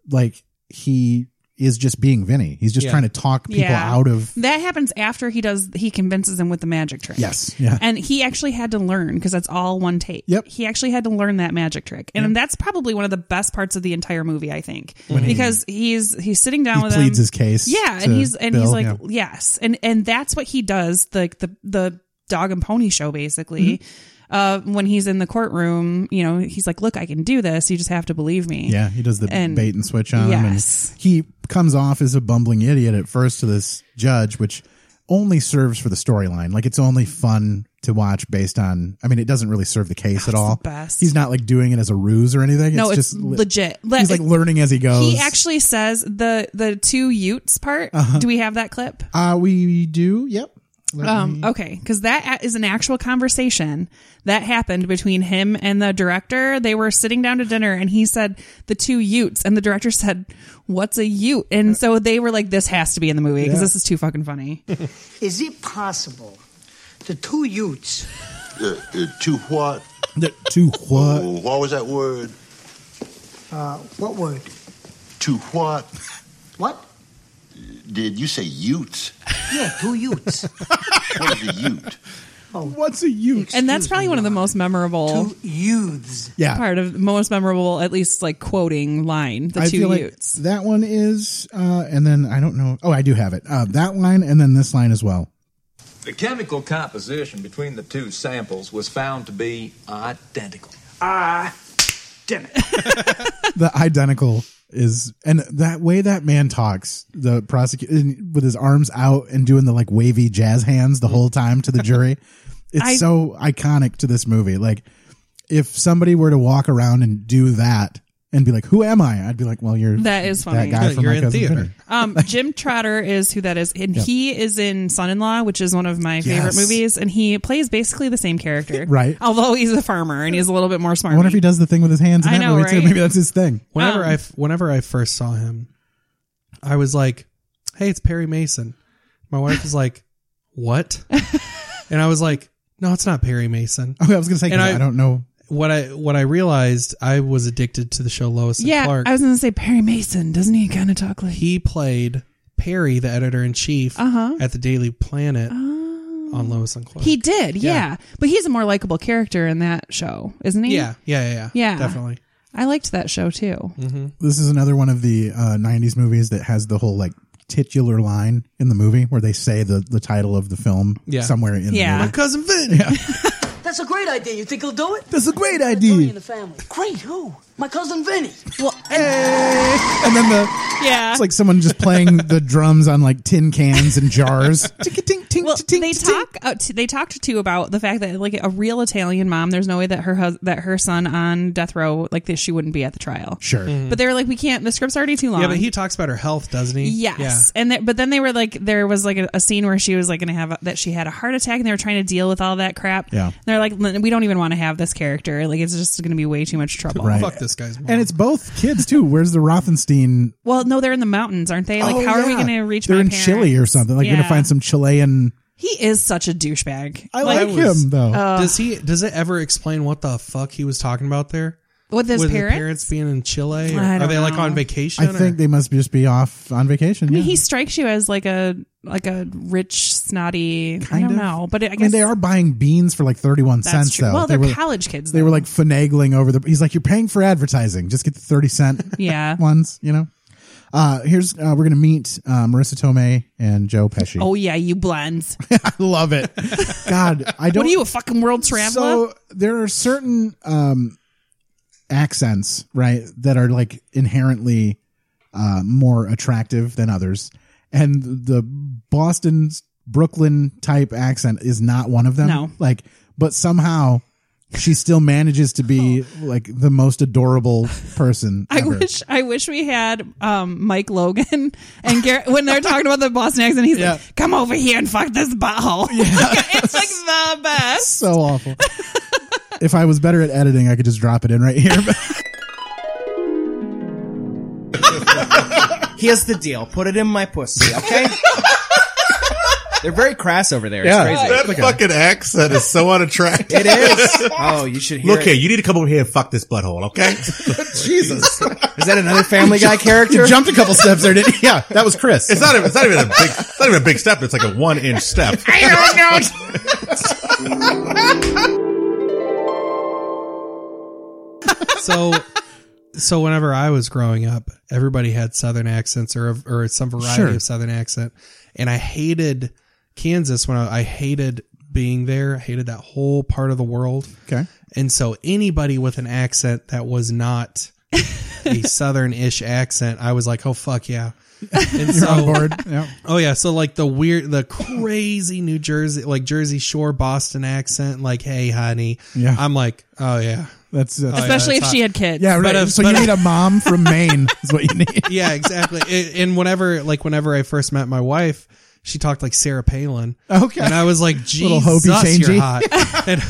like he is just being Vinny. He's just
Yeah.
trying to talk people
Yeah.
out of
that happens after he does he convinces him with the magic trick
yes, yeah.
and he actually had to learn because that's all one take.
Yep.
He actually had to learn that magic trick, and that's probably one of the best parts of the entire movie, I think, because he's he's sitting down
he
with
pleads
him.
his case.
yeah,
to
and he's and he's
Bill,
like
yeah.
yes, and and that's what he does. Like the, the dog and pony show basically.
Mm-hmm.
Uh, when he's in the courtroom, you know, he's like, "Look, I can do this. You just have to believe me."
Yeah, he does the
And-
bait and switch on him.
Yes.
And he comes off as a bumbling idiot at first to this judge, which only serves for the storyline. Like it's only fun to watch based on. I mean, it doesn't really serve the case at all.
the best.
He's not like doing it as a ruse or anything.
No,
it's,
it's,
just le-
legit. Le-
He's like learning as he goes.
he actually says the the two Utes part.
Uh-huh.
Do we have that clip?
Uh, we do. Yep.
Um, okay, because that a- is an actual conversation that happened between him and the director. They were sitting down to dinner, and he said the two Utes, and the director <laughs> said, "What's a Ute?" And so they were like, "This has to be in the movie because this is too
<laughs>
fucking funny."
Is it possible the two Utes,
Uh, uh, to what?
The- to
Uh,
what?
Oh, what was that word?
what word?
To what?
What?
Did you say utes?
Yeah, two
<laughs>
Utes.
What is a ute?
<laughs> What's a you?
and that's
Excuse
probably
me,
one of the
Ron.
most memorable
Two youths.
Yeah.
part of most memorable, at least like quoting line. The
I
two
feel like
Utes.
that one is, uh, and then I don't know. Oh, I do have it. Uh, that line, and then this line as well.
The chemical composition between the two samples was found to be identical.
the identical is and that way that man talks the prosecutor with his arms out and doing the like wavy jazz hands the whole time to the
<laughs>
jury it's
I-
so iconic to this movie like if somebody were to walk around and do that and be like who am i i'd be like well you're
That is funny.
that guy
Yeah,
from
you're
my
in
cousin
theater.
Vinny.
Um, Jim Trotter is who that is, and he is in Son in Law, which is one of my favorite
Yes.
movies, and he plays basically the same character,
Right.
Although he's a farmer and he's a little bit more smart.
i wonder if he does the thing with his hands in
I
that
know,
movie too
right?
maybe that's his thing
Whenever
Um,
I whenever I first saw him, I was like, "Hey, it's Perry Mason." My wife was like,
<laughs>
"What?" and I was like, "No, it's not Perry Mason."
okay i was gonna say 'cause
And
I,
I-
don't know
What I what I realized I was addicted to the show Lois and
yeah,
Clark.
I was going to say Perry Mason. Doesn't he kind of talk like?
he played Perry, the editor in chief, at the Daily Planet on Lois and Clark.
Uh-huh. Oh. He did, yeah. But he's a more likable character in that show, isn't he?
yeah, yeah, yeah, yeah,
Yeah.
definitely.
I liked that show too.
this is another one of the uh, 90s movies that has the whole like titular line in the movie where they say the the title of the film
Yeah.
somewhere in the
Yeah.
movie
My cousin Vin. Yeah.
That's a great idea. You think he'll do it?
That's a great
Tony
idea.
in the family. Great. Who? My cousin Vinny.
And then the
Yeah, <laughs>
it's like someone just playing the drums on like tin cans and jars. Tink, tink, tink, ting,
Well,
ting,
they
ting, ting.
talk. Uh, t- they talked to about the fact that like a real Italian mom, there's no way that her hus- that her son on death row like that she wouldn't be at the trial.
Sure.
Mm-hmm.
But they were like, we can't. The script's already too long.
Yeah, but he talks about her health, doesn't he?
Yes, and th- but then they were like, there was like a, a scene where she was like going to have a, that she had a heart attack, and they were trying to deal with all that crap.
Yeah.
And they're like, "Lin- we don't even want to have this character. Like, it's just going to be way too much trouble.
Yeah.
Right.
Fuck this guy's mom.
And it's both kids too. Where's the Rothenstein?
Well, no, they're in the mountains, aren't they? Like,
Oh,
how are we
yeah.
going to reach?
They're
my
in
parents?
Chile or something. Like, you're
Yeah.
gonna find some Chilean.
He is such a douchebag.
I like
was-
him though.
Oh.
does he? Does it ever explain what the fuck he was talking about there?
with his
With
parents.
parents being in Chile, or
I don't
are they like
know.
on vacation?
I think
or?
they must just be off on vacation.
I mean,
yeah.
he strikes you as like a like a rich snotty.
Kind
I don't
of.
know, but it, I
I
guess
mean, they are buying beans for like 31
that's
cents
true.
though.
Well,
they
they're
were,
college kids.
they
though.
were like finagling over the. He's like, you're paying for advertising. Just get the 30 cent
<laughs>
<laughs>
yeah.
ones. You know. Uh, here's uh, we're gonna meet uh, Marissa Tomei and Joe Pesci.
Oh yeah, you blends.
I love it. God,
<laughs>
I don't.
What are you, a fucking world traveler?
So there are certain um accents, right, that are like inherently uh more attractive than others. And the Boston Brooklyn type accent is not one of them.
No.
Like but somehow she still manages to
<laughs>
be like the most adorable person.
Oh. I
ever.
wish I wish we had um, Mike Logan <laughs> and Garrett when they're talking about the Boston accent. He's
Yeah.
like, "Come over here and fuck this butthole." <laughs> it's like the
<laughs>
best.
so awful. if I was better at editing, I could just drop it
<laughs>
in right here.
Here's the deal. Put it in my pussy,
<laughs>
okay? They're very crass over there.
Yeah.
It's
That
crazy.
fucking accent is so unattractive.
It is. Oh, you should hear
Look here,
it.
you need to come over here and fuck this butthole, okay?
Jesus.
Is that another Family Guy character?
Jumped a couple steps there, didn't you? Yeah, that was Chris.
It's not even, it's not even a big, it's not even a big step. It's like a one inch step.
<laughs> so so whenever I was growing up, everybody had southern accents or or some variety
Sure.
of southern accent, and I hated Kansas when I, I hated being there. I hated that whole part of the world.
Okay.
And so anybody with an accent that was not a
<laughs>
southern-ish accent, I was like, "Oh fuck yeah." And so
on board. Yeah.
Oh yeah, so like the weird, the crazy New Jersey, like Jersey Shore Boston accent, like "Hey, honey,"
Yeah.
I'm like, "Oh yeah,
That's, that's
yeah,
Especially if
it's
she had kids.
yeah, right.
But if-
so
but
you
if-
need a mom from Maine is what you need.
<laughs> yeah, exactly. A- and whenever, like, whenever I first met my wife, she talked like Sarah Palin.
Okay.
And I was like,
<laughs> Little
Jesus,
Hopi
you're
changey. <laughs>
hot. and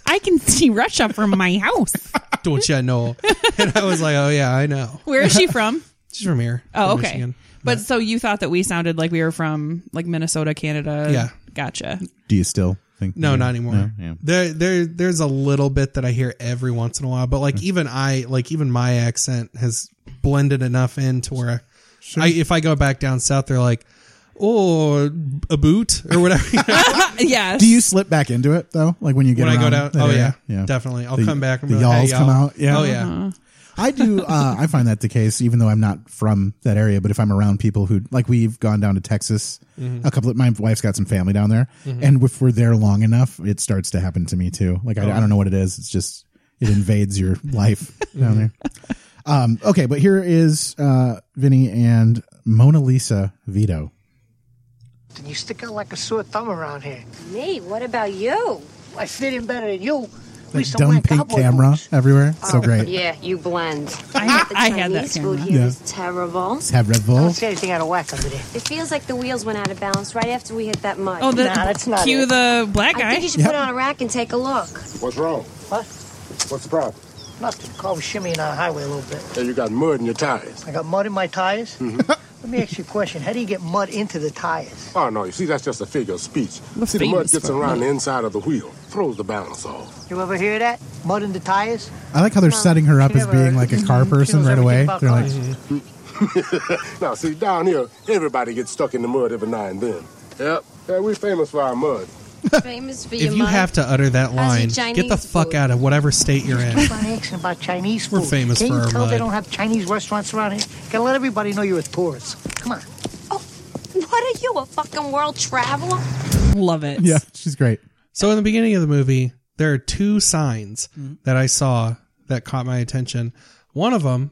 <laughs>
I can see Russia from my house.
don't you know? And I was like, oh, yeah, I know.
Where is she from?
She's from here.
Oh,
from
okay.
Michigan.
But so you thought that we sounded like we were from like Minnesota, Canada.
Yeah.
Gotcha.
Do you still think?
No, not anymore.
yeah.
There, there, there's a little bit that I hear every once in a while, but like even I, like even my accent has blended enough in to where I, I if I go back down south, they're like, oh, a boot or whatever. you know?
Uh, yes.
Do you slip back into it though? Like when you get
when I go
around
down.
that
Oh yeah,
area?
definitely. I'll
The-
come back. And
the
be like, hey,
y'alls come
y'all.
out. Yeah.
Oh yeah.
I do. Uh, I find that the case, even though I'm not from that area. But if I'm around people who, like, we've gone down to Texas,
Mm-hmm.
a couple of my wife's got some family down there, and if we're there long enough, it starts to happen to me too. Like, I, I don't know what it is. It's just it invades
<laughs>
your life
Mm-hmm.
down there. Um, okay, but here is uh, Vinny and Mona Lisa Vito.
And you stick out like a sore thumb around here.
Me? What about you?
I fit in better than you. At
That
least I'm
dumb
wearing
pink
cowboy
camera
boots.
everywhere. So
<laughs>
great.
Yeah, you blend.
I,
The
I had that
Chinese food
camera.
here
Yeah.
is terrible.
It's have Red
I
Bull.
don't see anything out of whack under there.
It feels like the wheels went out of balance right after we hit that mud.
Oh, the,
Nah, that's not
cue
it.
the black
I
guy.
think you should
Yep.
put on a rack and take a look.
What's wrong?
What?
What's the problem?
Nothing. Call me shimmying on the highway a little bit.
Hey, you got mud in your tires. Mm-hmm.
I got mud in my tires. <laughs> Let me ask you a question. How do you get mud into the tires?
Oh, no, you see, that's just a figure of speech.
The
see, the mud
famous
gets
one.
around the inside of the wheel, throws the balance off.
You ever hear that? Mud in the
<laughs>
tires?
I like how they're setting her up as being like
<laughs>
a car person
knows
right
everything
away.
about
They're like,
cars.
Now, see, down here, everybody gets stuck in the mud every now and then. Yep. Yeah, we're famous for our mud.
Famous for
If you have to utter that line, get the
Chinese
fuck
food.
out of whatever state
<laughs>
you're in.
by asking about Chinese food.
We're famous
Can't
for
you
our
tell they
mud.
don't have Chinese restaurants around here? Gotta let everybody know you're a tourist. Come on.
What are you, a fucking world traveler?
Love it.
yeah, she's great.
So in the beginning of the movie, there are two signs
Mm-hmm.
that I saw that caught my attention. One of them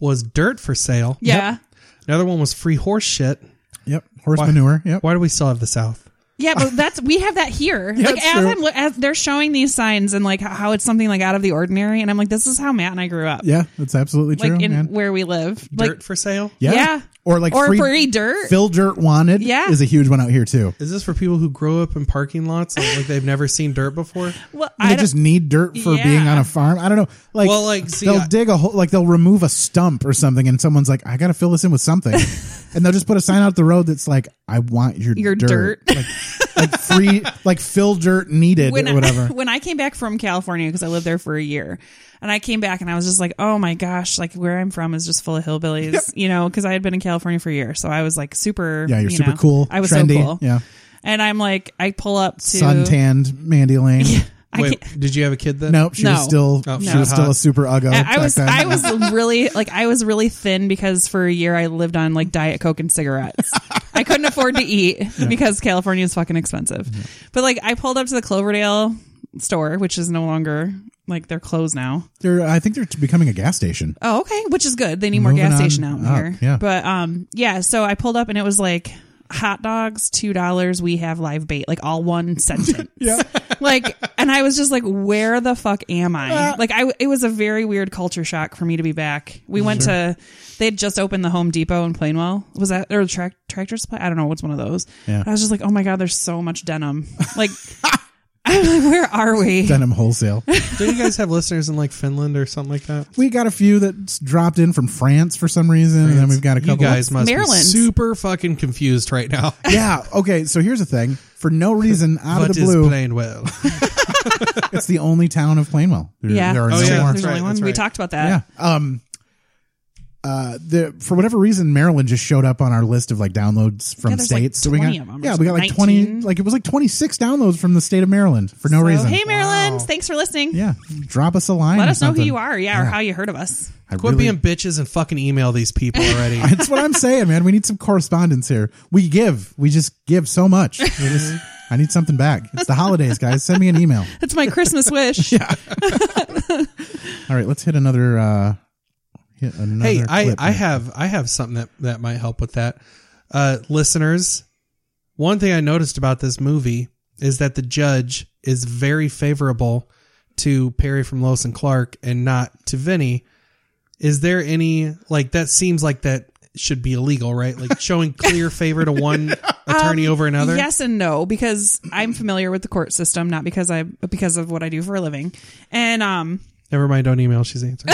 was dirt for sale.
Yeah.
Another one was free horse shit.
Yep. Horse manure. Yep.
Why do we still have the South?
Yeah, but that's we have that here.
Yeah,
like
it's
as
true.
I'm lo- as they're showing these signs and like how it's something like out of the ordinary, and I'm like, this is how Matt and I grew up.
Yeah, that's absolutely true.
like in
man.
where we live.
Dirt
like
for sale.
Yeah.
yeah.
Or like
Or
free,
free dirt.
Phil Dirt Wanted
Yeah.
is a huge one out here too.
Is this for people who grow up in parking lots and like they've never seen dirt <laughs> before?
Well,
They just need dirt for
Yeah.
being on a farm. I don't know. Like,
Well, like, see,
they'll
I-
dig a hole, like they'll remove a stump or something, and someone's like, "I got to fill this in with
<laughs>
something," and they'll just put a sign out the road that's like, "I want your
Your dirt.
Like, like free, like fill dirt needed
when
or whatever."
I, <laughs> when I came back from California because I lived there for a year, and I came back and I was just like, oh my gosh, like where I'm from is just full of hillbillies, you know, because I had been in California for a year, so I was like super.
yeah, you're
you
super
know,
cool.
I was
trendy,
so cool.
Yeah,
And I'm like, I pull up to
suntanned Mandy Lane.
I
Wait, did you have a kid then?
Nope, she was
No.
still
Oh,
she
no.
was still a super uggo.
I I was
back
I
then.
was really like I was really thin because for a year I lived on like diet coke and cigarettes. I couldn't afford to eat because California is fucking expensive. But like I pulled up to the Cloverdale store, which is no longer like they're closed now.
They're, I think they're becoming a gas station.
Oh, okay, which is good. They need more
Moving on
gas station out
up,
here.
yeah.
But um yeah, so I pulled up and it was like hot dogs two dollars we have live bait like
<laughs>
all one sentence yeah like and i was just like where the fuck am
Ah.
i like i it was a very weird culture shock for me to be back we went
Sure.
to they had just opened the home depot in plainwell was that or track, tractor supply i don't know what's one of those
Yeah.
And i was just like oh my god there's so much denim like <laughs> i'm like where are we
Denim
<laughs>
wholesale.
Do you guys have listeners in like Finland or something like that?
We got a few that dropped in from France for some reason, and then we've got a
You
couple.
guys must
Maryland.
be super fucking confused right now.
yeah. Okay. So here's the thing. For no <laughs> reason, out of
What
the
is
blue,
Plainwell?
it's the only town of Plainwell. There,
yeah
There are
Oh,
no
yeah,
more.
there's only one we talked about that
Yeah. Um. Uh, the for whatever reason, Maryland just showed up on our list of like downloads from
Yeah, there's, like,
states. so we
20
got
of 'em or
yeah, we got like
19.
twenty, like it was like twenty six downloads from the state of Maryland for no
So,
reason.
Hey, Maryland. Thanks for listening.
yeah, drop us a line.
Let
or
us know who
something.
you are. Yeah, or how you heard of us.
I
Quit
really-
being bitches and fucking email these people already.
<laughs> That's what I'm saying, man. We need some correspondence here. We give. We just give so much. We just, I need something back. It's the holidays, guys. Send me an email.
That's
<laughs>
my Christmas wish.
All right, let's hit another. uh Hit another.
hey, I,
clip here.
I have I have something that, that might help with that. Uh, listeners, one thing I noticed about this movie is that the judge is very favorable to Perry from Lois and Clark and not to Vinny. Is there any like that seems like that should be illegal, right? <laughs> Like showing clear favor to <laughs> one attorney over another?
Yes and no, because I'm familiar with the court system, not because I but because of what I do for a living. And um,
Never mind, don't email, she's <laughs> answering.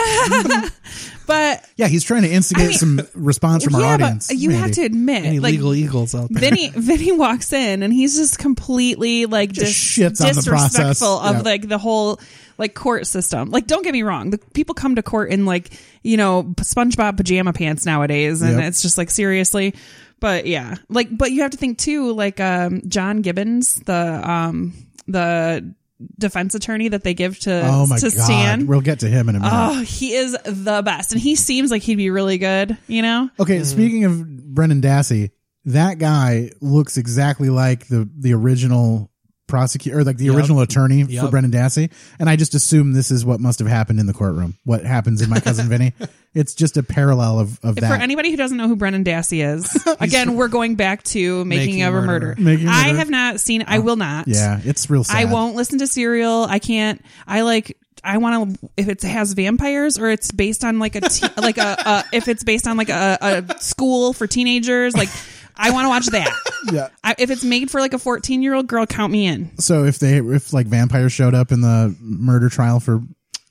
but
Yeah, he's trying to instigate
I mean-
some response from our
yeah,
audience.
but you have
Mandy.
to admit,
Any
like
legal eagles out there.
Vinny, <laughs> Vinny walks in and he's just completely like
Just
dis-
shits on the process.
disrespectful of
Yeah.
like the whole like court system. Like, don't get me wrong, the people come to court in like you know SpongeBob pajama pants nowadays, and
Yep.
it's just like seriously. But yeah, like, but you have to think too, like um, John Gibbons, the um the defense attorney that they give to uh,
Oh my
to
god,
Stan.
we'll get to him in a minute.
Oh, he is the best, and he seems like he'd be really good. You know,
okay, speaking of Brendan Dassey, that guy looks exactly like the the original prosecutor, or like the
Yep.
original attorney for
Yep.
Brendan Dassey. And I just assume this is what must have happened in the courtroom. What happens in my cousin Vinny? It's just a parallel of of
For
that.
anybody who doesn't know who Brennan Dassey
<laughs>
is, again, we're going back to making,
Making
of a
a
murder.
Murderer.
Making a
I
Murderer. Oh,
have not seen. I will not.
yeah, it's real. Sad.
I won't listen to Serial. I can't. I like. I want to if it has vampires or it's based on like a
<laughs>
te- like a uh, if it's based on like a, a school for teenagers. Like I want to watch that.
<laughs> Yeah.
I, if it's made for like a fourteen year old girl, count me in.
So if they if like vampires showed up in the murder trial for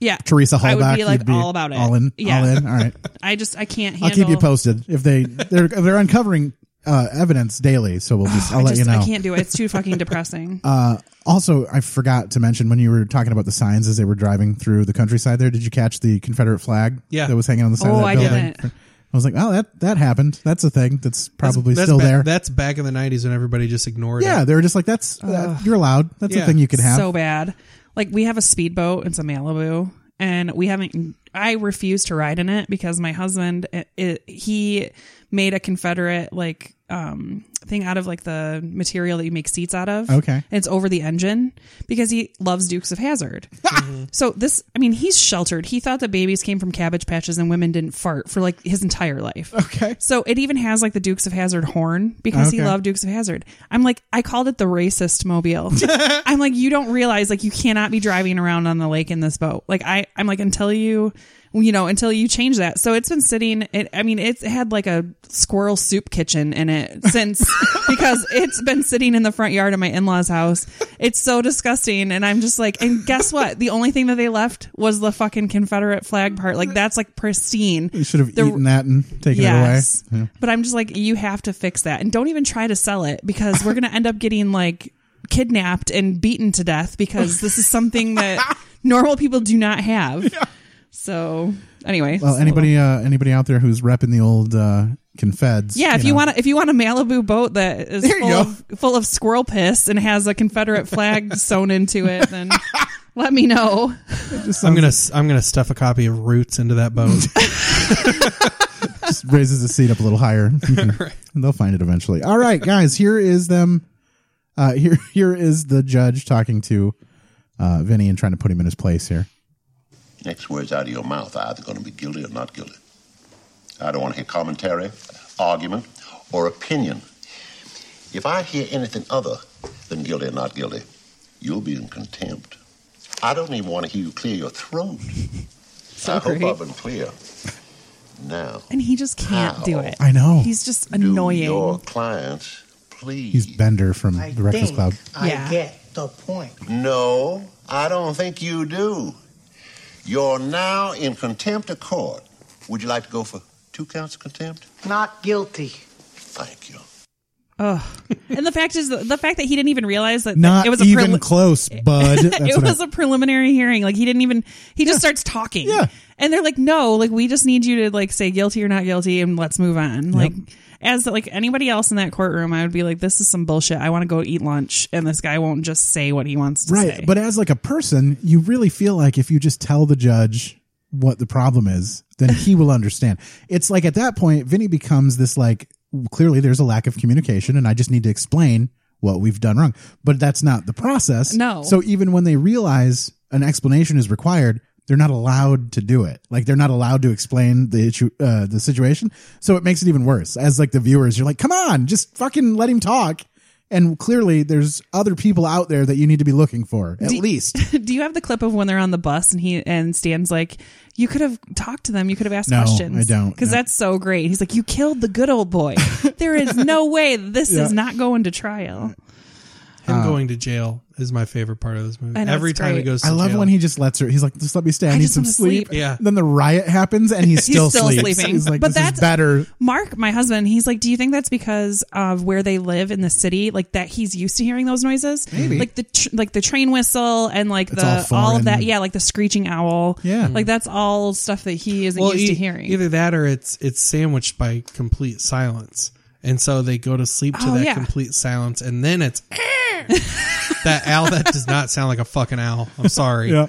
Yeah,
Teresa Hallback,
I would be like
you'd be
all about it.
All in.
Yeah.
All in. All
<laughs>
right.
I just I can't.
I'll
Handle,
keep you posted if they they're they're uncovering uh, evidence daily. So
<sighs>
we'll just I'll
I
let
just
you know.
I can't do it. It's
<laughs>
too fucking depressing.
Uh, also, I forgot to mention when you were talking about the signs as they were driving through the countryside. There, did you catch the Confederate flag?
Yeah.
that was hanging on the side
Oh,
of that
I
building.
didn't.
I was like, oh, that that happened. That's a thing. That's probably
That's
still
ba-
there.
That's back in the nineties when everybody just ignored
yeah,
it.
they were just like, that's uh, you're allowed. That's a
Yeah.
thing you can have.
so bad. Like we have a speedboat. It's a Malibu, and we haven't. I refuse to ride in it because my husband it, it, he made a Confederate like um thing out of like the material that you make seats out of.
Okay.
And it's over the engine because he loves Dukes
<laughs>
of Hazard. So this I mean he's sheltered. He thought that babies came from cabbage patches and women didn't fart for like his entire life.
Okay.
So it even has like the Dukes of Hazard horn because he
Okay.
loved Dukes of Hazard. I'm like I called it the
<laughs>
racist mobile. <laughs> I'm like you don't realize like you cannot be driving around on the lake in this boat. Like I I'm like until you you know until you change that. So it's been sitting it I mean it's had like a squirrel soup kitchen in it <laughs> since because it's been sitting in the front yard of my in-laws house. It's so disgusting and I'm just like and guess what? The only thing that they left was the fucking Confederate flag part. Like that's like pristine.
You should have
The-
eaten that and taken
Yes.
it away. Yeah.
But I'm just like, you have to fix that. And don't even try to sell it because we're going to end up getting like kidnapped and beaten to death because this is
<laughs>
something that normal people do not have. So, anyway.
Well,
so-
anybody, uh, anybody out there who's repping the old uh, Confeds?
Yeah, if you, want to, if you want a Malibu boat that is
There you
full
go.
of, full of squirrel piss and has a
<laughs>
Confederate flag sewn into it, then let me know.
I'm gonna I'm gonna stuff a copy of Roots into that <laughs> boat.
just raises the seat up a little higher. <laughs> And they'll find it eventually. All right, guys, here is them. Uh, here, here is the judge talking to uh, Vinny and trying to put him in his place here.
Next words out of your mouth are either going to be guilty or not guilty. I don't want to hear commentary, argument, or opinion. If I hear anything other than guilty or not guilty, you'll be in contempt. I don't even want to hear you clear your throat. I hope I've been clear. Now,
And he just can't do it.
I know.
He's just
do
annoying.
your clients please?
He's Bender from
I
the Breakfast
think
Club.
I Yeah.
get the point.
No, I don't think you do. You're now in contempt of court. Would you like to go for two counts of contempt?
Not guilty.
Thank you.
Ugh. And the fact is, the- the fact that he didn't even realize that
Not
it was a
even
preli-
close, bud.
<laughs>
That's
it
what I-
was a preliminary hearing. Like he didn't even. He just starts talking. Yeah. And they're like, no, like we just need you to like say guilty or not guilty, and let's move on. Like as like anybody else in that courtroom, I would be like, this is some bullshit. I want to go eat lunch, and this guy won't just say what he wants to
right
say.
but as like a person you really feel like if you just tell the judge what the problem is then he will understand it's like at that point vinny becomes this like clearly there's a lack of communication and i just need to explain what we've done wrong but that's not the process
No.
so even when they realize an explanation is required they're not allowed to do it like they're not allowed to explain the issue uh, the situation so it makes it even worse as like the viewers you're like come on just fucking let him talk and clearly there's other people out there that you need to be looking for at
Do-
least
<laughs> <laughs> Do you have the clip of when they're on the bus and he and Stan's like, "You could have talked to them. You could have asked
No,
questions."
I don't,
because
no.
that's so great. He's like, "You killed the good
<laughs>
old boy. there is no way that this
Yeah.
is not going to trial."
Him
Uh,
going to jail is my favorite part of this movie.
I know,
Every
it's
time he
great.
goes, to
I love
jail.
when he just lets her. He's like, "Just let me stay. I,
I
need
just
some
wanna
sleep."
sleep.
Yeah.
Then the riot happens, and he
<laughs> He's
still,
still
sleeps.
sleeping.
He's like,
But
"This
that's-
is
<laughs>
better."
Mark, my husband, he's like, "Do you think that's because of where they live in the city? Like that he's used to hearing those noises,
Maybe.
like the tr- like the train whistle and like
It's
the
all
all, of that,
foreign.
yeah, like the screeching owl,
Yeah.
like that's all stuff that he isn't used
e-
to hearing."
Either that or it's it's sandwiched by complete silence. And so they go to sleep to
Oh,
that
yeah.
complete silence and then it's <laughs> that owl that does not sound like a fucking owl. I'm sorry.
Yeah.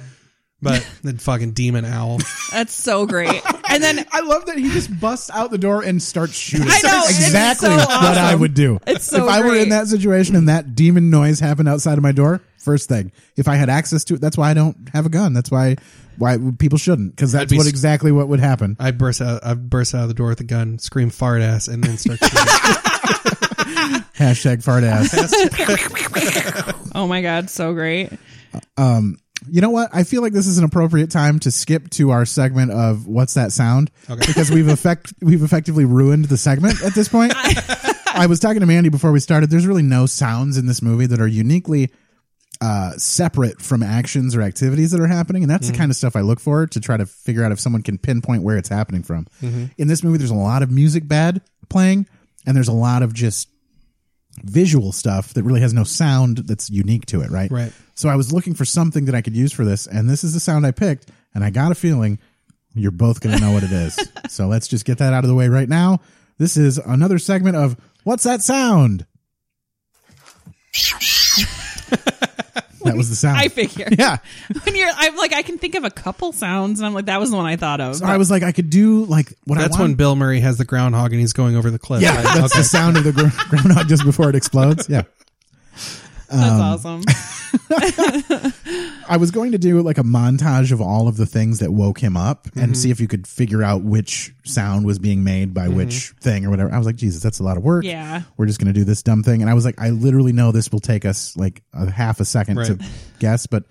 But that fucking demon owl.
that's so great. and then <laughs>
I love that he just busts out the door and starts shooting.
I know, it's
exactly
so
what
awesome.
I would do.
It's so
if I were in
great.
that situation and that demon noise happened outside of my door. First thing, if I had access to it, that's why I don't have a gun. That's why why people shouldn't because that's
be
what
s-
exactly what would happen.
I burst out I burst out of the door with a gun, scream fart ass, and
<laughs>
then start shooting.
Hashtag fart ass.
<laughs>
oh my god, so great.
Um, you know what? I feel like this is an appropriate time to skip to our segment of what's that sound because we've effect we've effectively ruined the segment at this
<laughs>
point. I was talking to Mandy before we started. There's really no sounds in this movie that are uniquely uh, separate from actions or activities that are happening, and that's the kind of stuff I look for to try to figure out if someone can pinpoint where it's happening from. In this movie, there's a lot of music bad playing, and there's a lot of just visual stuff that really has no sound that's unique to it, right?
Right.
So I was looking for something that I could use for this, and this is the sound I picked, and I got a feeling you're both going to know what it is. so let's just get that out of the way right now. This is another segment of What's That Sound? That was the sound.
I figure. <laughs>
Yeah.
When you're, I'm like, I can think of a couple sounds, and I'm like, that was the one I thought of.
So I was like, I could do like what
That's
I
when
want.
Bill Murray has the groundhog and he's going over the cliff.
yeah,
Right?
<laughs> that's
Okay.
the sound of the gro- <laughs> groundhog just before it explodes. Yeah, Um,
That's awesome.
I was going to do like a montage of all of the things that woke him up
Mhm.
and see if you could figure out which sound was being made by which thing or whatever. I was like, Jesus, that's a lot of work.
Yeah.
We're just going to do this dumb thing. And I was like, I literally know this will take us like a half a second
Right.
to guess, but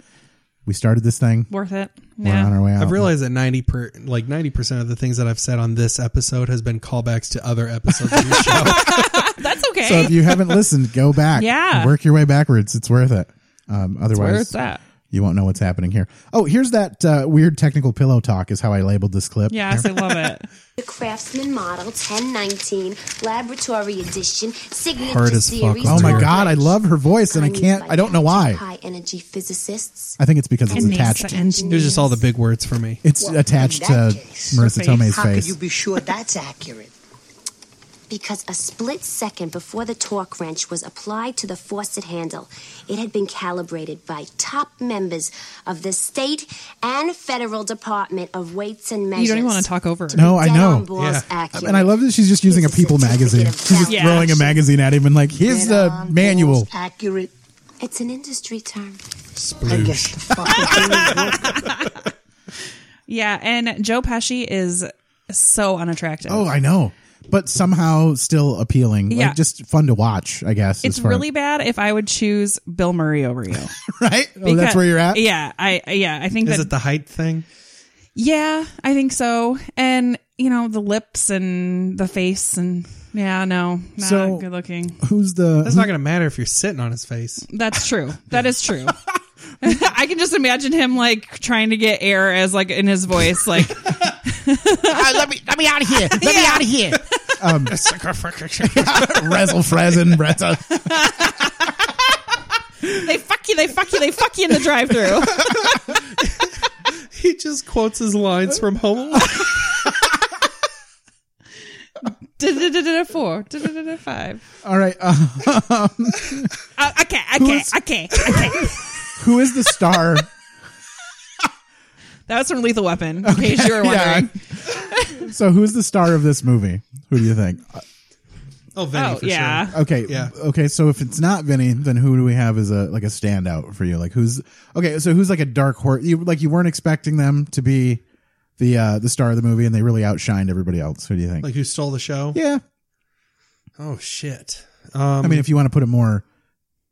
we started this thing.
Worth it.
<laughs> We're on our way out.
I've realized that ninety per like ninety percent of the things that I've said on this episode has been callbacks to other episodes of <laughs> the show.
That's okay.
So if you haven't listened, go back.
Yeah.
Work your way backwards. It's worth it. Um, otherwise,
it's at.
you won't know what's happening here. Oh, here's that uh, weird technical pillow talk, is how I labeled this clip.
Yes, I love it.
The Craftsman Model 1019 Laboratory Edition Signature
Hard as fuck.
Series.
Oh my
Top
God, I love her voice, and I
Pioneered
can't.
by
I don't know why.
High energy physicists.
I think it's because it's
And NASA
attached.
engineers. It was just all
the big words for me.
It's attached to Marissa Tomei's
How
face.
be sure that's accurate? Because a split second before the torque wrench was applied to the faucet handle, it had been calibrated by top members of the state and federal Department of Weights and Measures.
You don't even want to talk over. it.
no, I know.
on balls Yeah. accurate.
And I love that she's just using a People magazine. She's just
Yeah.
throwing a magazine at him and like, here's
Dead
the
on
manual.
balls Accurate. It's an industry term.
I
guess the fucking thing is
Yeah, and Joe Pesci is so unattractive.
Oh, I know. But somehow still appealing.
Yeah.
Like just fun to watch, I guess.
It's
as far-
really bad if I would choose Bill Murray over you.
<laughs> right? <laughs> Oh, that's where you're at?
Yeah, I yeah, I think
Is
that
it the height thing?
Yeah, I think so. And you know, the lips and the face and yeah, no, not
So-
good looking.
Who's the?
That's not going to matter if you're sitting on his <laughs> face.
That's true. That is true. <laughs> I can just imagine him like trying to get air as like in his voice,
<laughs>
like
Ah, let me let me out of here. Let me out of here. <laughs> Um, <laughs> Razzle Frazzin Bretta.
they fuck you, they fuck you, they fuck you in
<laughs>
the drive-through.
<laughs> He just quotes his lines from Home Alone.
Da-da-da-da-da Four, da-da-da-da five.
All right. Um,
Uh, okay, okay, okay, okay.
who is the star?
That was from Lethal Weapon. In case you were
<laughs> Yeah.
wondering.
So who's the star of this movie? Who do you think?
<laughs> Oh, Vinny,
Oh,
for
yeah.
sure.
Okay.
Yeah.
Okay. So if it's not Vinny, then who do we have as a like a standout for you? Like who's okay? So who's like a dark horse? You like you weren't expecting them to be the uh the star of the movie, and they really outshined everybody else. Who do you think?
Like who stole the show?
yeah.
Oh shit. Um,
I mean, if you want to put a more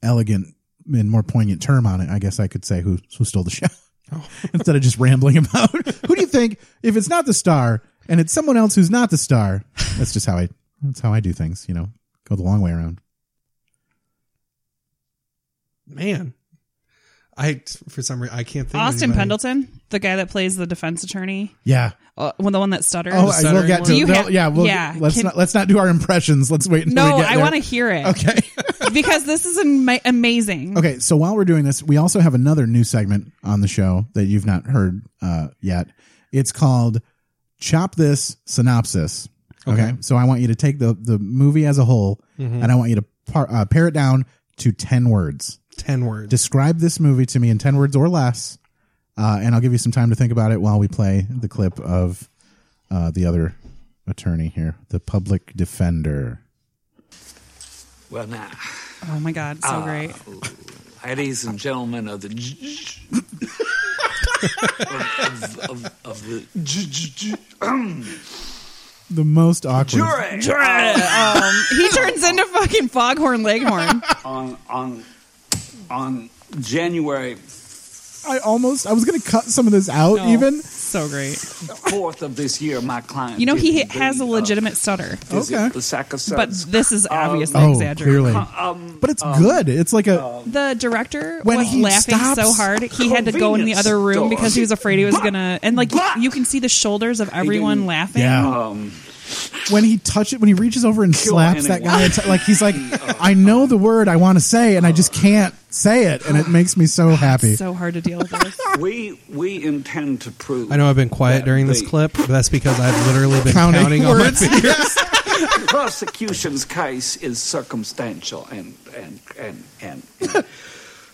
elegant and more poignant term on it, I guess I could say who who stole the show
Oh.
<laughs> instead of just rambling about who do you think if it's not the star and it's someone else who's not the star. That's just how I that's how I do things. You know, go the long way around.
man, I for some reason I can't think. of
Austin
anybody.
Pendleton, the guy that plays the defense attorney.
Yeah.
Uh, well, the one that stutters.
Oh, I will get to.
Do you
no,
have-
yeah, we'll, let's
can-
not let's not do our impressions. Let's wait until
No,
we get
I
there.
want to hear
<laughs>
it. <laughs> Okay. because this is ama- amazing.
Okay, so while we're doing this, we also have another new segment on the show that you've not heard uh, yet. It's called "Chop This Synopsis." Okay,
Okay.
so I want you to take the the movie as a whole,
Mhm.
and I want you to par- uh, pare it down to ten words.
Ten words.
Describe this movie to me in ten words or less, uh, and I'll give you some time to think about it while we play the clip of uh, the other attorney here, the public defender.
Well, now,
Oh my god, so
Ah.
great.
ladies and gentlemen of the j- of, of, of the j- j- j-
The most awkward.
jury,
um, he turns into fucking Foghorn Leghorn.
on on on January
I almost I was gonna cut some of this out
No.
<laughs> even.
Oh, So great.
fourth of this year, my client.
You know,
did
he
indeed,
has a legitimate stutter.
uh, visit The
But
Sacrosanct
this is obviously
oh,
exaggerated.
clearly.
um,
but it's good. It's like a
The director
When
was
he
laughing
stops-
so hard he had to go in the other room because he was afraid he was gonna. And like you can see the shoulders of everyone laughing.
yeah. when he touches, when he reaches over and
um, Kill
slaps that
anyone. Oh.
guy, it's like
<laughs>
he's like, I know the word I want to say and I just can't say it, and it makes me so happy.
So hard to deal
<laughs>
with this.
we we intend to prove.
I know I've been quiet during this clip, but that's because I've literally been counting, on my
<laughs>
fingers. <laughs>
The prosecution's case is circumstantial and and and and, and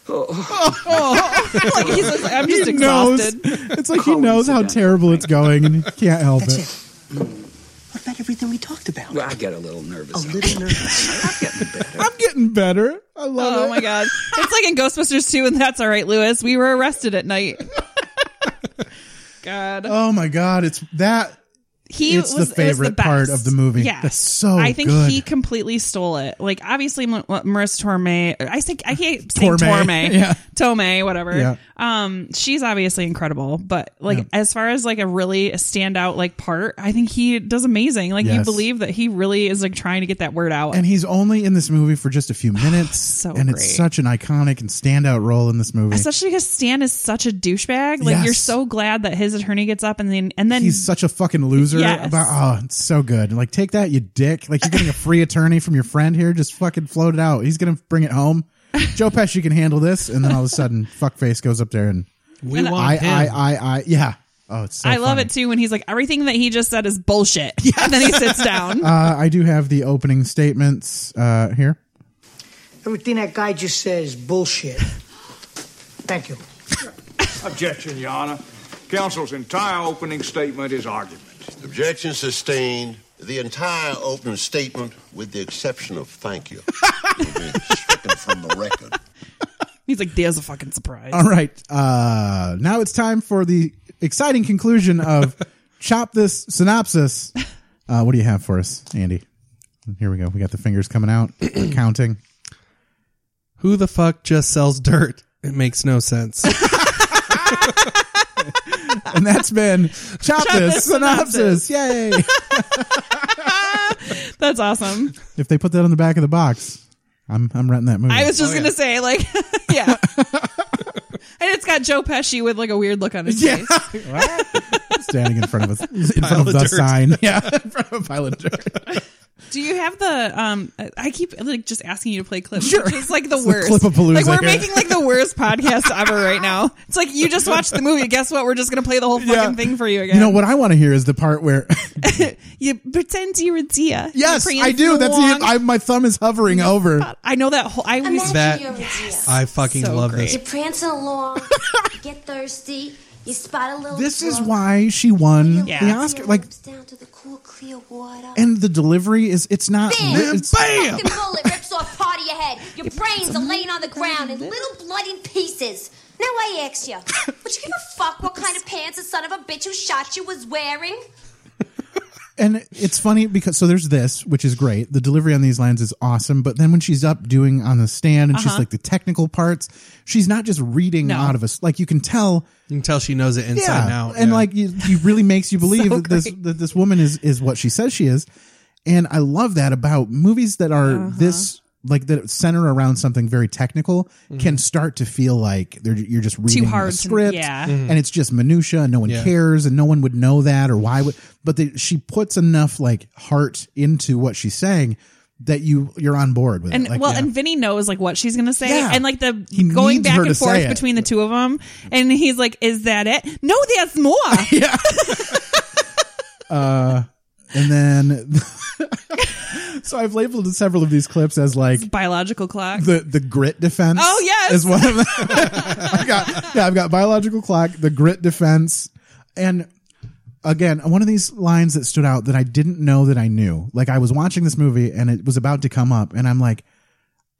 Oh, <laughs> like he's just, I'm just
He knows.
exhausted.
It's like he knows how terrible it's going and he can't help it.
What about everything we talked about?
I get a little nervous.
A little nervous.
I'm getting better. I love
oh my god. It's like in Ghostbusters 2 and that's all right, Lewis. We were arrested at night. <laughs> god.
Oh my god, it's that
He
it's
was- it was
the
the
favorite part
best.
of the movie.
Yes.
That's so
I think
good.
he completely stole it. Like obviously Ma- Ma- Marissa Torme, I say I can't say
Torme. <laughs>
Torme,
Yeah.
Tome, whatever.
Yeah.
Um, she's obviously incredible, but like
Yeah.
as far as like a really standout like part, I think he does amazing. Like you
Yes.
believe that he really is like trying to get that word out.
and he's only in this movie for just a
<sighs>
few minutes. and
great.
it's such an iconic and standout role in this movie.
Especially because Stan is such a douchebag. Like
Yes.
you're so glad that his attorney gets up and then and then
he's such a fucking loser
Yes.
about oh it's so good like take that you dick like you're getting a free attorney from your friend here just fucking float it out he's gonna bring it home joe pesci can handle this and then all of a sudden <laughs> fuckface goes up there and
We
I,
want him.
I i i yeah oh it's so
I love
funny.
it too when he's like everything that he just said
<laughs>
is bullshit. And then he sits down.
uh, i do have the opening statements uh here
Everything that guy just says, bullshit. Thank you.
Objection, Your Honor. Counsel's entire opening statement is argument.
Objection sustained. The entire opening statement, with the exception of thank you, will be stricken from the record.
He's like, there's a fucking surprise.
all right uh now it's time for the exciting conclusion
<laughs>
of chop this synopsis uh what do you have for us andy here we go we got the fingers coming out
<clears throat>
We're counting
Who the fuck just sells dirt? It makes no sense.
and that's been <laughs> chop,
Chop
this
This
synopsis.
Synopsis.
Yay!
That's awesome.
<laughs> if they put that on the back of the box, I'm I'm renting that movie.
I was just
Oh,
gonna say, like, <laughs> yeah. and it's got Joe Pesci with like a weird look on his
Yeah.
face.
yeah. standing in front of <laughs> us, in
Pile
front of the
of
<laughs>
dirt. <laughs>
sign. Yeah, in front of a pile of dirt.
Do you have the um? I- I keep like just asking you to play clips. Sure. It's like the
It's the
worst.
Clipapalooza
like we're
here.
making like the worst podcast ever right now. It's like you just watched the movie. Guess what? We're just gonna play the whole fucking thing for you again.
You know what I want to hear is the part where <laughs>
You pretend you were Dia.
yes, I do. That's the, I, my thumb is hovering over.
I know that whole. I was
That I fucking
So
love
You
this.
prance along, you get thirsty, you spot a little.
This is
brook,
why she won
Yeah.
the Oscar. Like,
down to the cool clear water.
and the delivery is it's not
Bam!
it's-
Fucking bullet rips off part of your
<laughs>
head. Your brains are laying on the ground in little bloody pieces. Now I ask
<laughs>
you, would you give a fuck what kind of pants the son of a bitch who shot you was wearing?
and it's funny because so there's this which is great the delivery on these lines is awesome but then when she's up doing on the stand and she's
Uh-huh.
like the technical parts she's not just reading
No.
out of us like you can tell
You can tell she knows it inside
yeah
and out.
and
yeah.
like you, you really
<laughs>
makes you believe
So
that this
great.
that this woman is is what she says she is and i love that about movies that are
Uh-huh.
this like that center around something very technical can start to feel like they're, you're just reading
Mm-hmm. hard
a
to-
script
yeah. Mhm.
and it's just minutia and no one
Yeah.
cares and no one would know that or why would but they, she puts enough like heart into what she's saying that you you're on board with
And
it like,
well,
yeah.
and Vinny knows like what she's gonna say,
Yeah.
and like the
He
going
needs
back
her to
and
say
forth
it.
between the two of them, and he's like, "Is that it? No,
<laughs>
there's more."
uh and then <laughs> so i've labeled several of these clips as like
Biological clock.
the the grit defense.
Oh, yes.
is one of them. <laughs> I've got yeah, I've got biological clock, the grit defense, and again one of these lines that stood out that I didn't know that I knew. Like I was watching this movie and it was about to come up, and I'm like,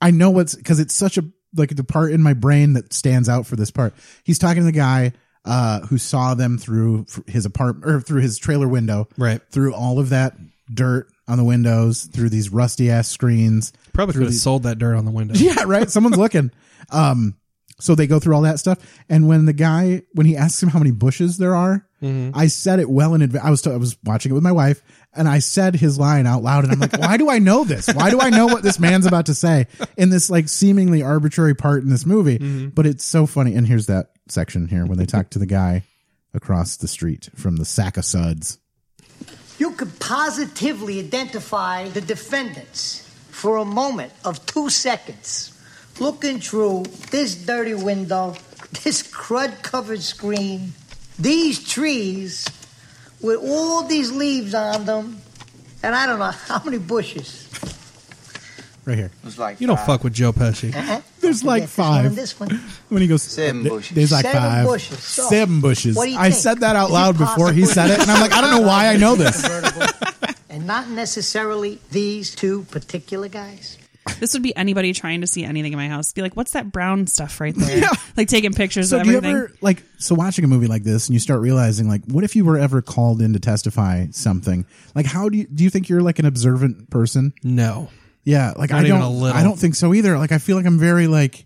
I know what's because it's such a like the part in my brain that stands out for this part. He's talking to the guy. Uh, who saw them through his apartment or through his trailer window,
Right.
Through all of that dirt on the windows, through these rusty ass screens,
Probably
through
could have
the-
sold that dirt on the window.
<laughs> yeah, right. Someone's looking. Um, so they go through all that stuff, and when the guy, when he asks him how many bushes there are, I said it well in advance. I was t- I was watching it with my wife, and I said his line out loud, and I'm like, why do I know this? Why do I know what this man's about to say in this like seemingly arbitrary part in this movie? But it's so funny. And here's that section here when they talk to the guy across the street from the sack of suds.
You could positively identify the defendants for a moment of two seconds, looking through this dirty window, <laughs> this crud covered screen, these trees with <laughs> all these leaves on them, and I don't know how many bushes.
right here.
It was like You don't five. fuck with Joe Pesci.
There's like five. When he goes seven bushes, there's like
Seven
five,
bushes, so-
seven bushes.
What do you
I
think?
said that out
Is it
loud before he
possible-
said it, and I'm like, I don't know why I know this.
<laughs> and not necessarily these two particular guys.
This would be anybody trying to see anything in my house. Be like, what's that brown stuff right there? Like taking pictures
So
of
do you
everything.
ever like so watching a movie like this and you start realizing like what if you were ever called in to testify something like how do you do you think you're like an observant person?
No.
Yeah, like
Not
I
even
don't
a little.
I don't think so either. Like I feel like I'm very like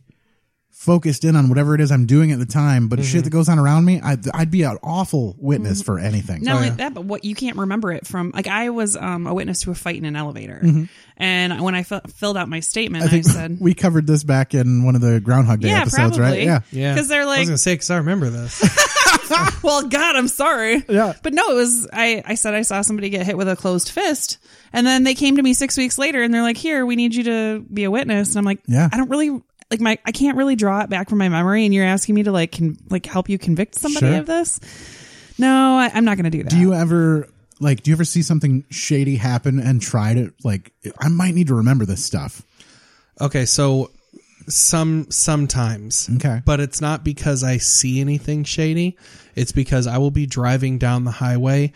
focused in on whatever it is I'm doing at the time, but shit that goes on around me, I I'd be an awful witness for anything.
Not only that, but what you can't remember it from. Like I was um, a witness to a fight in an elevator,
Mhm.
and when I fi- filled out my statement,
I
I,
think
said,
<laughs> we covered this back in one of the Groundhog Day
Yeah,
episodes, right?
probably.
Yeah.
Yeah. 'Cause they're
I
like-
was gonna say because I remember this. <laughs>
<laughs> "Well, God, I'm sorry."
Yeah,
but no, it was I. I said I saw somebody get hit with a closed fist, and then they came to me six weeks later, and they're like, "Here, we need you to be a witness," and I'm like,
Yeah.
I don't really like my. I can't really draw it back from my memory, and you're asking me to like can like help you convict somebody
Sure.
of this." No, I, I'm not going to do that.
Do you ever like? Do you ever see something shady happen and try to like? I might need to remember this stuff.
Okay, so some sometimes.
Okay.
But it's not because I see anything shady. It's because I will be driving down the highway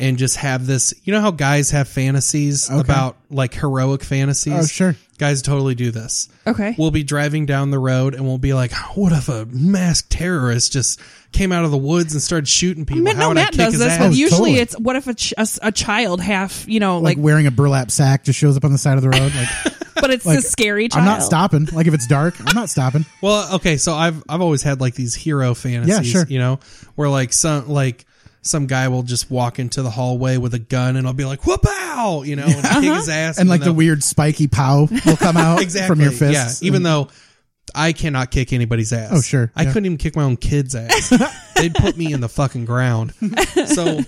and just have this you know how guys have fantasies about like heroic fantasies?
Oh, sure.
Guys totally do this.
Okay.
We'll be driving down the road and we'll be like, what if a masked terrorist just came out of the woods and started shooting people?
Matt-
how
no,
would I
Matt
kick
does
his
this,
ass?
Oh,
but usually it's what if a, ch- a, s- a child half, you know,
Like,
like,
wearing a burlap sack just shows up on the side of the road.
<laughs>
Like,
but it's
like,
a scary child.
I'm not stopping. Like if it's dark, I'm not stopping.
<laughs> Well, okay, so I've I've always had like these hero fantasies,
Yeah, sure.
you know, where like some like some guy will just walk into the hallway with a gun and I'll be like, whoop ow, you know, and
Uh-huh.
kick his ass
and like
even
the weird spiky pow will come
<laughs> though-
out
exactly,
from your
Yeah,
fists.
even
And-
though I cannot kick anybody's ass.
Oh, sure,
I
yeah.
couldn't even kick my own
<laughs>
kid's ass. They'd put me in the fucking ground. So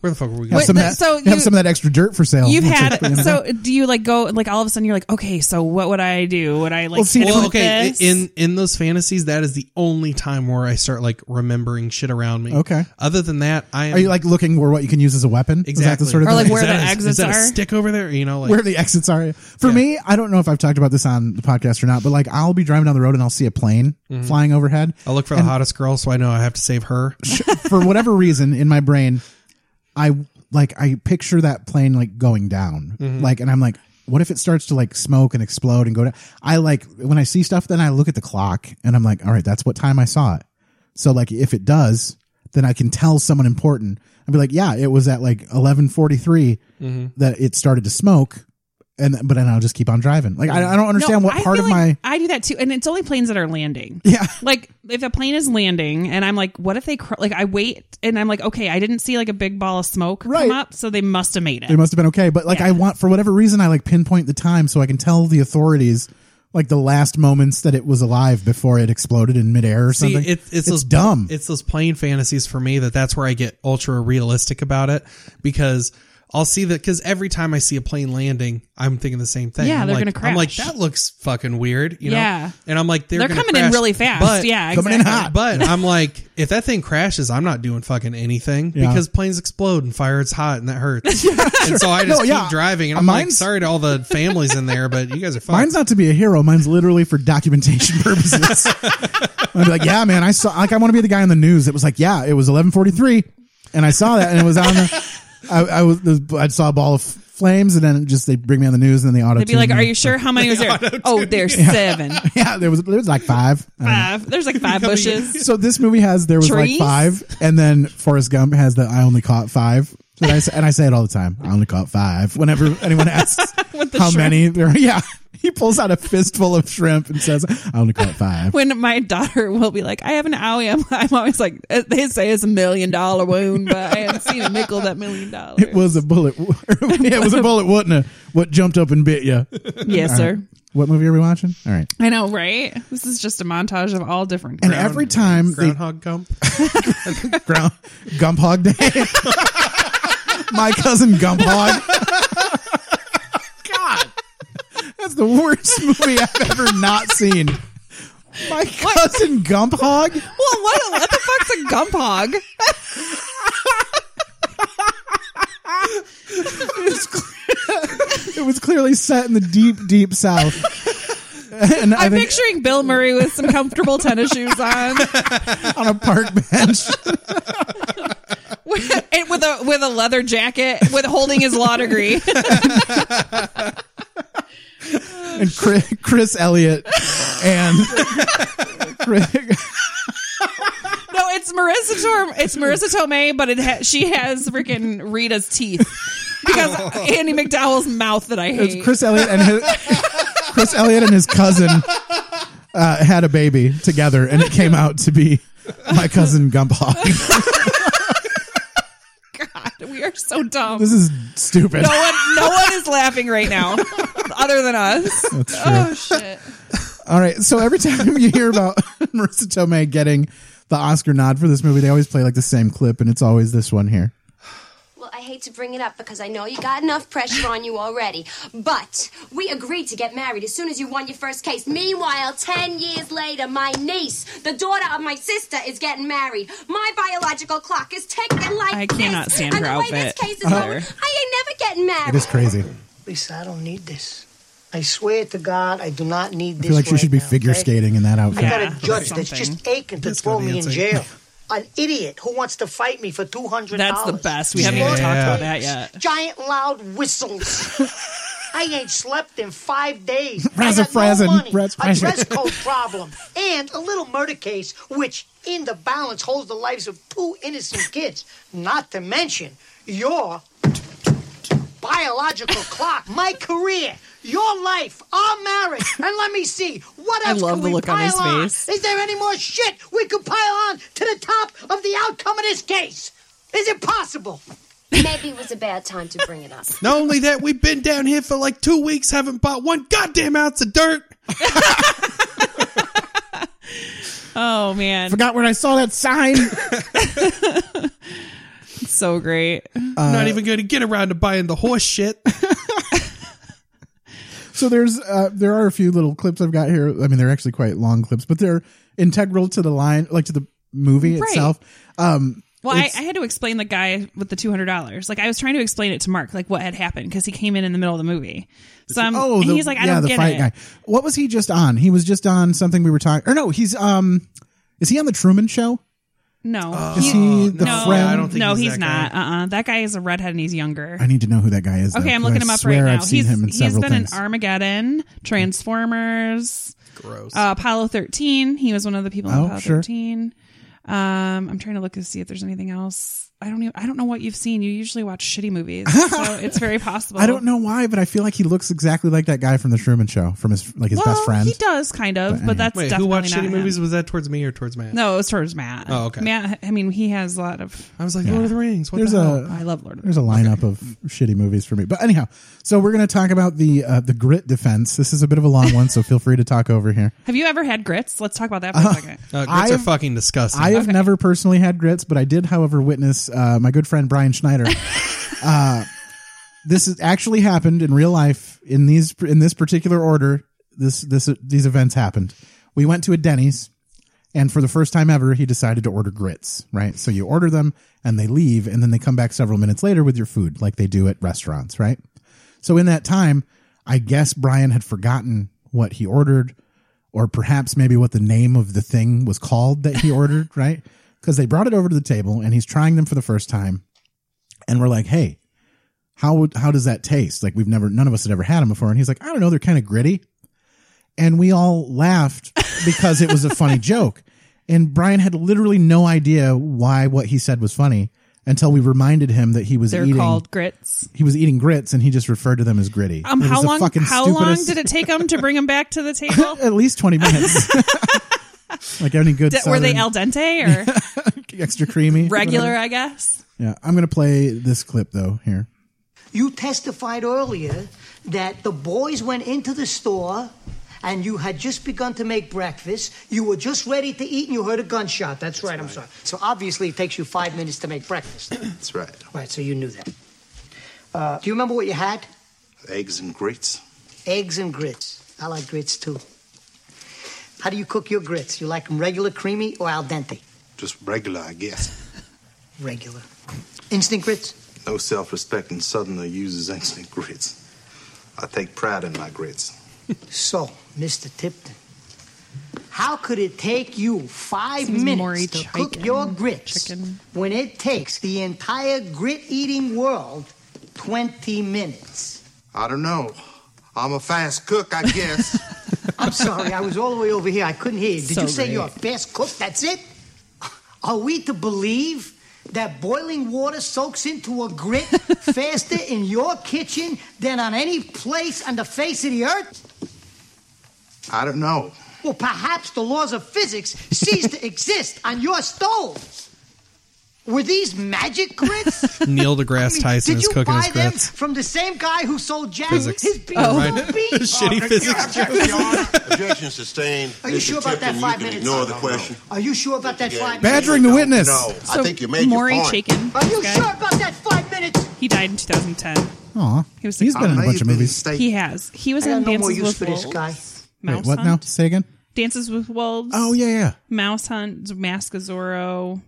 where the fuck were we
have
going?
some, of that,
so
have
you-
some of that extra dirt for sale.
You've
We'll
had
take it.
so do you like go like all of a sudden you're like okay so what would I do would I like hit him
well,
with
okay.
this?
In in those fantasies, that is the only time where I start like remembering shit around me.
Okay.
Other than that, I am
Are you like looking for what you can use as a weapon? Is that the
exactly
sort of thing?
Is that a- is that a stick over there, you know,
<laughs>
like
where the exits are. For me, I don't know if I've talked about this on the podcast or not, but like I'll be driving down the road and I'll see a plane
Mhm.
flying overhead.
I look for
And-
the hottest girl, so I know I have to save her.
for whatever reason in my brain, I like I picture that plane like going down,
Mm-hmm.
Mhm.
like, and I'm like, what if it starts to like smoke and explode and go down? I like when I see stuff, then I look at the clock and I'm like, all right, that's what time I saw it. So like, if it does, then I can tell someone important. I'd be like, yeah, it was at like 11:43
Mhm.
Mm-hmm.
that it started to smoke, and but then I'll just keep on driving. Like, I, I don't understand
No,
what
I
part
feel
of
like
my
I do that too, and it's only planes that are landing.
<laughs>
Yeah, like if a plane is landing, and I'm like, what if they cr-? like I wait, and I'm like, okay, I didn't see like a big ball of smoke
Right.
come up, so they must have made it.
It must have been okay. But like, I want for whatever reason, I like pinpoint the time so I can tell the authorities like the last moments that it was alive before it exploded in midair or
<laughs> See,
something.
it, it's,
it's,
those
dumb.
It's those plain fantasies for me that that's where I get ultra realistic about it because I'll see that because every time I see a plane landing, I'm thinking the same thing.
Yeah,
I'm
they're
like,
gonna
I'm like
crash.
that looks fucking weird, you know.
Yeah.
and I'm like they're,
They're
gonna
coming in
crash.
really fast. Yeah, Coming in exactly. hot.
But I'm like, if that thing crashes, I'm not doing fucking anything
Yeah.
because planes explode and fire is hot and that hurts. And so I just
No,
keep
yeah.
driving and I'm like,
Mine's-
sorry to all the families in there, but you guys are fucked.
Mine's not to be a hero. Mine's literally for
<laughs>
documentation purposes. I'd be like, yeah, man, I saw. Like, I want to be the guy on the news that was like, yeah, it was eleven forty three, and I saw that, and it was on the. I, I was. I saw a ball of flames, and then just they bring me on the news, and then the auto.
They'd be like, are you sure how many was there? Oh, there's seven.
<laughs> Yeah, there was. There was like five. I don't know.
Five. There's like five bushes.
So this movie has there was
Trees?
like five, and then Forrest Gump has the I only caught five. And I, say, and I say it all the time. I only caught five. Whenever anyone asks
<laughs> With the
how
shrimp.
many there, are- <laughs> yeah, he pulls out a fistful of shrimp and says, "I only caught five.
When my daughter will be like, I have an owie, I'm, I'm always like, "Uh, they say it's a million dollar wound, but I haven't seen a nickel that million dollars.
It was a bullet. wo- <laughs> yeah, it was a bullet, wasn't it? What jumped up and bit you?
Yes,
All right.
sir.
What movie are we watching? All right.
I know, right? This is just a montage of all different.
And every time they-
Groundhog Gump.
Ground Gump Hog Day. <laughs> My cousin Gump Hog. God, that's the worst <laughs> movie I've ever not seen. My cousin Gump Hog. Well,
what, what the fuck's a Gump Hog?
it it was clearly set in the deep, deep South. and I
I'm
think
picturing Bill Murray with some comfortable tennis shoes on, <laughs>
on a park bench.
with, and with a with a leather jacket, with holding his law degree. <laughs>
and Chris, Chris Elliott and
No, it's Marissa Tom. It's Marissa Tomei, but it ha- she has freaking Rita's teeth because
Oh.
Andy McDowell's mouth that I hate.
Chris Elliott and his, Chris Elliott and his cousin uh, had a baby together, and it came out to be my cousin Gumpog.
God, we are so
<laughs>
dumb.
This is stupid.
No one, no one is laughing
<laughs>
right now, other than us.
That's true.
Oh shit!
All right. So every time you hear about <laughs> Marissa Tomei getting the Oscar nod for this movie, they always play like the same clip, and it's always this one here.
Well, I hate to bring it up because I know you got enough pressure on you already, but we agreed to get married as soon as you won your first case. Meanwhile, 10 years later, my niece, the daughter of my sister, is getting married. My biological clock is ticking like
I
this.
cannot stand
and
her
the way
outfit
this case is
either.
going, I ain't never getting married.
It is crazy.
Lisa, I don't need this. I swear to God, I do not need
I
this.
feel like she
right
should be
now,
figure
okay?
skating in that
I
outfit.
got a judge that's just aching to throw me in jail. An idiot who wants to fight me for two hundred.
That's the best. We haven't even talked about that yet.
Giant loud whistles. I ain't slept in five days. I
Razzle
got no
frazzle,
money.
Brett
A dress
Fraser.
code problem and a little murder case, which in the balance holds the lives of two innocent kids. Not to mention your biological <laughs> clock, my career, your life, our marriage, and let me see what
I
else
love
can
the
we
look on
pile
his
on?
face.
Is there any more shit we could pile on to the top of the outcome of this case? Is it possible?
Maybe it was a bad time to bring it up.
Not only that, we've been down here for like two weeks, haven't bought one goddamn ounce of dirt.
Oh man,
Forgot where I saw that sign.
so great.
Not even going to get around to buying the horse shit.
<laughs> So there's uh, there are a few little clips I've got here. I mean, they're actually quite long clips, but they're integral to the line, like to the movie
Right.
itself. Um,
Well, I,
it's-
I had to explain the guy with the two hundred dollars. Like I was trying to explain it to Mark, like what had happened because he came in in the middle of the movie. So I'm,
oh,
Um, and
the,
he's like, I
yeah,
don't
the
get
fight
it.
guy. What was he just on? He was just on something we were talking. Or no, he's um, is he on the Truman Show?
No,
Is he the
Oh, no,
friend?
I don't think no, he's, not. Uh, uh that guy is a redhead and he's younger.
I need to know who that guy is. though,
Okay, I'm
'cause
looking
Oh, I
him up right
swear
now.
I've seen
he's
him in
he's
several
been
things.
in Armageddon, Transformers,
Gross.
Uh, Apollo 13. He was one of the people in
Oh,
Apollo
sure.
13. Um, I'm trying to look to see if there's anything else. I don't. Even, I don't know what you've seen. You usually watch shitty movies,
<laughs>
so it's very possible.
I don't know why, but I feel like he looks exactly like that guy from the Truman Show, from his like his
well,
best friend.
He does kind of, but,
anyway.
that's
Wait, who
definitely
watched
not
shitty
him.
movies? Was that towards me or towards Matt?
No, it was towards Matt.
Oh, okay.
Matt. I mean, he has a lot of.
I was like, Lord of the Rings. What
there's
the
a
hell?
I love Lord of the
There's a lineup of shitty movies for me. But anyhow, so we're going to talk about the uh, the grit defense. This is a bit of a long one, so feel free to talk over here.
Have you ever had grits? Let's talk about that
Uh-huh.
for a second.
Uh, grits are
I've-
fucking disgusting.
I have never personally had grits, but I did, however, witness uh, my good friend Brian Schneider. uh, this is, actually happened in real life in these in this particular order. This this these events happened. We went to a Denny's, and for the first time ever, he decided to order grits. Right, so you order them, and they leave, and then they come back several minutes later with your food, like they do at restaurants. Right. So in that time, I guess Brian had forgotten what he ordered, or perhaps maybe what the name of the thing was called that he ordered, <laughs> right? Because they brought it over to the table and he's trying them for the first time, and we're like, "Hey, how would- how does that taste? Like we've never, none of us had ever had them before." And he's like, "I don't know, they're kind of gritty," and we all
<laughs>
laughed because it was a funny joke. And Brian had literally no idea why what he said was funny until we reminded him that he was
They're
eating
called grits.
he was eating grits and he just referred to them as gritty.
Um,
It was
how
the
long?
fucking
How long
stupidest-
did it take them to bring them back to the
<laughs>
table?
At least twenty
<laughs>
minutes. like any good.
Did- were they
Southern-
al
<laughs>
dente or
extra creamy?
regular?
whatever.
I guess.
Yeah, I'm gonna play this clip though here.
You testified earlier that the boys went into the store and you had just begun to make breakfast. You were just ready to eat and you heard a gunshot. That's, right, I'm sorry. So obviously it takes you five minutes to make breakfast. That's right. Right, so you knew that. Uh, do you remember what you had?
Eggs and grits.
Eggs and grits. I like grits too. How do you cook your grits? You like them regular, creamy, or al dente?
Just regular, I guess.
<laughs> Regular. Instant grits?
No self respecting Southerner uses instant grits. I take pride in my grits.
<laughs> So, Mr. Tipton, how could it take you five
This is Maury
minutes to
Chicken.
cook your grits when it takes the entire grit eating world 20 minutes?
I don't know. I'm a fast cook, I guess.
<laughs> I'm sorry, I was all the way over here. I couldn't hear you. Did
So
you say you're a
great.
fast cook? That's it? Are we to believe that boiling water soaks into a grit faster in your kitchen than on any place on the face of the earth?
I don't know.
Well, perhaps the laws of physics cease to exist on your stove. Were these magic grits?
Neil deGrasse Tyson
Did
is
you
cooking
buy
his
them
grits.
from the same guy who sold Jack
Physics.
his beef
Oh. Right.
beef?
<laughs> Shitty
Oh,
physics
objection, Your Honor. Objection sustained.
Are you
Mr.
sure about that
Tipton,
five
you can
minutes?
Ignore the question.
Are you sure about that five minutes?
Badgering the witness.
No, I think you made
Maury
your point. Oh,
Chaykin. Are
you sure about that five minutes?
He died in 2010.
Aw.
He was
He's been in a bunch of movies.
He has. He was
I got
in
no more
Dances
use
with
for
Wolves.
this guy.
Wait,
Mouse
what now?
Hunt.
Say again?
Dances with Wolves.
Oh, yeah, yeah.
Mouse Hunt, Mask of Zorro.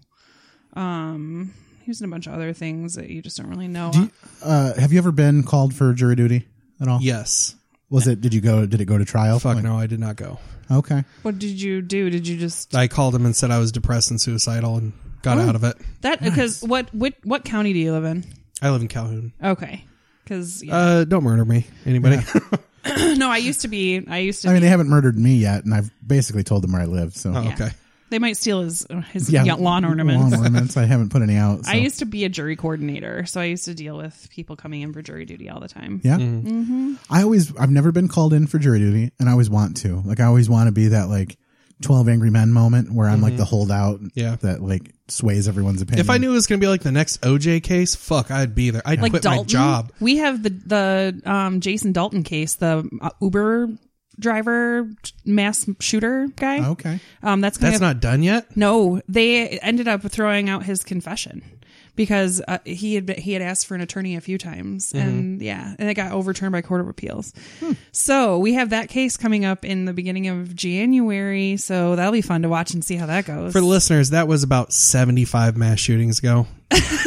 Um, he was in a bunch of other things that you just don't really know.
Do you- uh, have you ever been called for jury duty at all?
Yes.
Was it? Did you go? Did it go to trial?
Fuck no, I did not go.
Okay.
what did you do? Did you just
I called him and said I was depressed and suicidal and got
Oh.
out of it.
that? Because what, what what county do you live in?
I live in Calhoun.
Okay, because
Uh, don't murder me, anybody.
no, I used to be. I used to.
Uh, I mean,
be-
they haven't murdered me yet, and I've basically told them where I live. So
Yeah. They might steal his his
Yeah,
lawn ornaments.
Lawn ornaments. I haven't put any out. So.
I used to be a jury coordinator, so I used to deal with people coming in for jury duty all the time.
Yeah.
Mm-hmm.
hmm
I always I've never been called in for jury duty and I always want to. Like I always want to be that like 12 angry men moment where I'm like
Mhm.
the holdout
Yeah.
that like sways everyone's opinion.
if I knew it was going to be like the next OJ case, fuck, I'd be there. I'd
Like
quit
Dalton,
my job.
we have the the um, Jason Dalton case, the uh, Uber driver mass shooter guy.
Okay,
um, that's gonna
Oh, That's not done yet.
No, they ended up throwing out his confession because uh, he had been, he had asked for an attorney a few times,
Mm-hmm.
and yeah, and it got overturned by court of appeals.
Hmm.
So we have that case coming up in the beginning of January, so that'll be fun to watch and see how that goes.
For the listeners, that was about 75 mass shootings ago.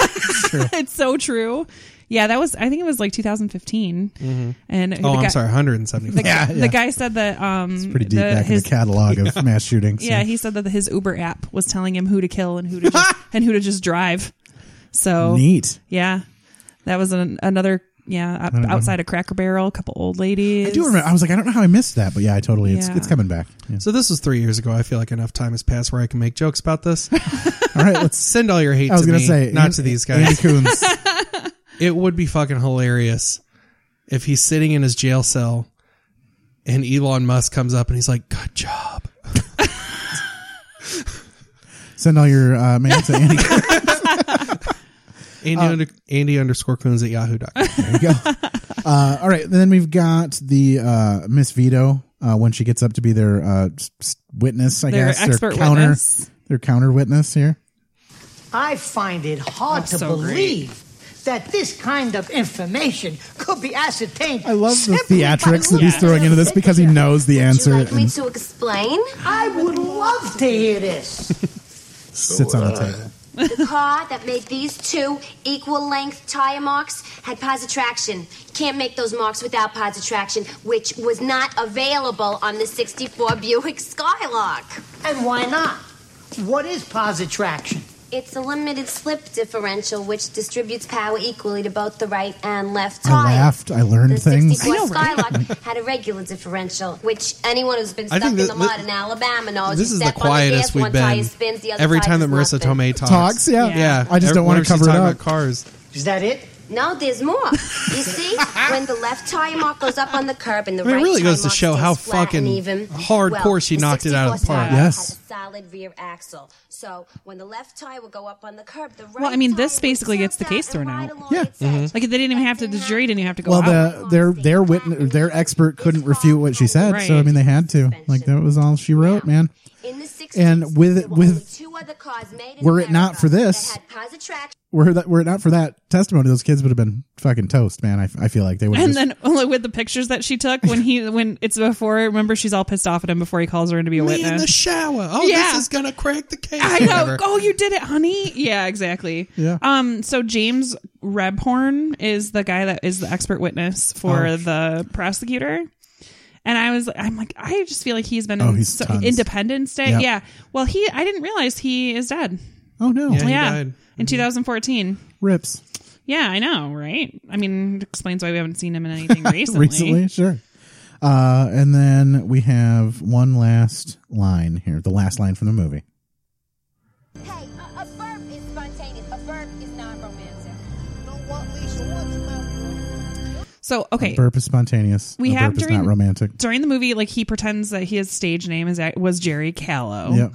it's so true. Yeah, that was I think it was like 2015,
Mm-hmm.
Mhm.
and the
Oh, I'm
guy-
sorry, 175.
<laughs>
The, guy- the guy said that um,
it's pretty deep
the-
back in
his-
the catalog of mass shootings.
<laughs> Yeah, he said that his Uber app was telling him who to kill and who to
<laughs>
just, and who to just drive. So
Neat.
Yeah, that was an, another yeah out-
don't know.
outside a Cracker Barrel, a couple old ladies.
I do remember. I was like I don't know how I missed that, but yeah, I totally it's
Yeah.
it's coming back. Yeah.
So this was three years ago. I feel like enough time has passed where I can make jokes about this.
all right,
<laughs>
let's
send all your hate.
I was
to
gonna
me,
say,
not
Andy-
to these
Andy
guys. <laughs>
Coons.
it would be fucking hilarious if he's sitting in his jail cell and Elon Musk comes up and he's like, "Good job."
Send all your uh, mail to
<laughs>
Andy.
Andy, under, Andy underscore Coons at yahoo.com.
There you go. Uh, all right, then we've got the uh, Miss Vito uh, when she gets up to be their uh, s- s- witness, I
Their
guess, their
expert
counter,
witness.
their counter witness here.
I find it hard
That's
to
so
believe that this kind of information could be ascertained. I
love the theatrics that he's throwing into this because he knows the answer and
to explain? I would love to hear this.
sits on the table.
the car that made these two equal length tire marks had positive traction. Can't make those marks without positive traction, which was not available on the 64 Buick Skylark.
And why not? What is positraction?
It's a limited slip differential which distributes power equally to both the right and left
I
tire.
laughed. I learned
The
things.
64 Skylark had a regular differential, which anyone who's been
I
stuck
think
in
that-
the mud in Alabama knows.
this
you
is the
step on
quietest
gas,
we've
one tire
been.
spins, the other
Every
tire
time that
does
Marissa
nothing.
Tomei talks.
Talks, yeah.
Yeah.
I just don't wanna
Whenever she's
cover it
talking
up.
about cars.
Is that it?
No, there's more. You
<laughs>
see, when the left tire mark goes up on the curb and the
I mean, it
right
really
tire
goes to
mark
show
stays
how
flat
fucking
and even,
hardcore
well,
she
the
knocked it out of the
64
park.
Skylark
Yes.
had a solid rear axle. So when the left tire would go up on the curb, the right
Well, I mean, this basically gets the case thrown out.
Yeah.
Mm-hmm.
Like they didn't even have to. The jury didn't even have to go
Well,
out.
the, their their witness, their expert couldn't refute what she said, so I
Right.
mean they had to. Like that was all she wrote, man.
In the 60s,
And with with were it not for this, were that were it not for that testimony, those kids would have been fucking toast, man. I, f- I feel like they would.
and
have
then <laughs> only with the pictures that she took when he when it's before. Remember, she's all pissed off at him before he calls her in to be a
Me
witness
in the shower. Oh,
Yeah.
this is gonna crack the case.
<laughs> I
or
know.
whatever.
Oh, you did it, honey. Yeah, exactly.
Yeah.
Um. So James Rebhorn is the guy that is the expert witness for
Oh.
the prosecutor. And I was, I'm like, I just feel like he's been
Oh,
in
he's
so,
tons.
Independence Day.
Yep.
Yeah. Well, he, I didn't realize he is dead.
Oh no.
Yeah.
Yeah, he
In
died. Mm-hmm.
2014.
rips
Yeah, I know, right? I mean, it explains why we haven't seen him in
<laughs>
anything recently.
recently, sure. Uh, and then we have one last line here, the last line from the movie.
A verb is spontaneous. A verb is non-romantic.
So okay.
Burp is spontaneous.
we
A
have
burp
during
is not romantic.
during the movie like he pretends that his stage name is was jerry callow
Yep.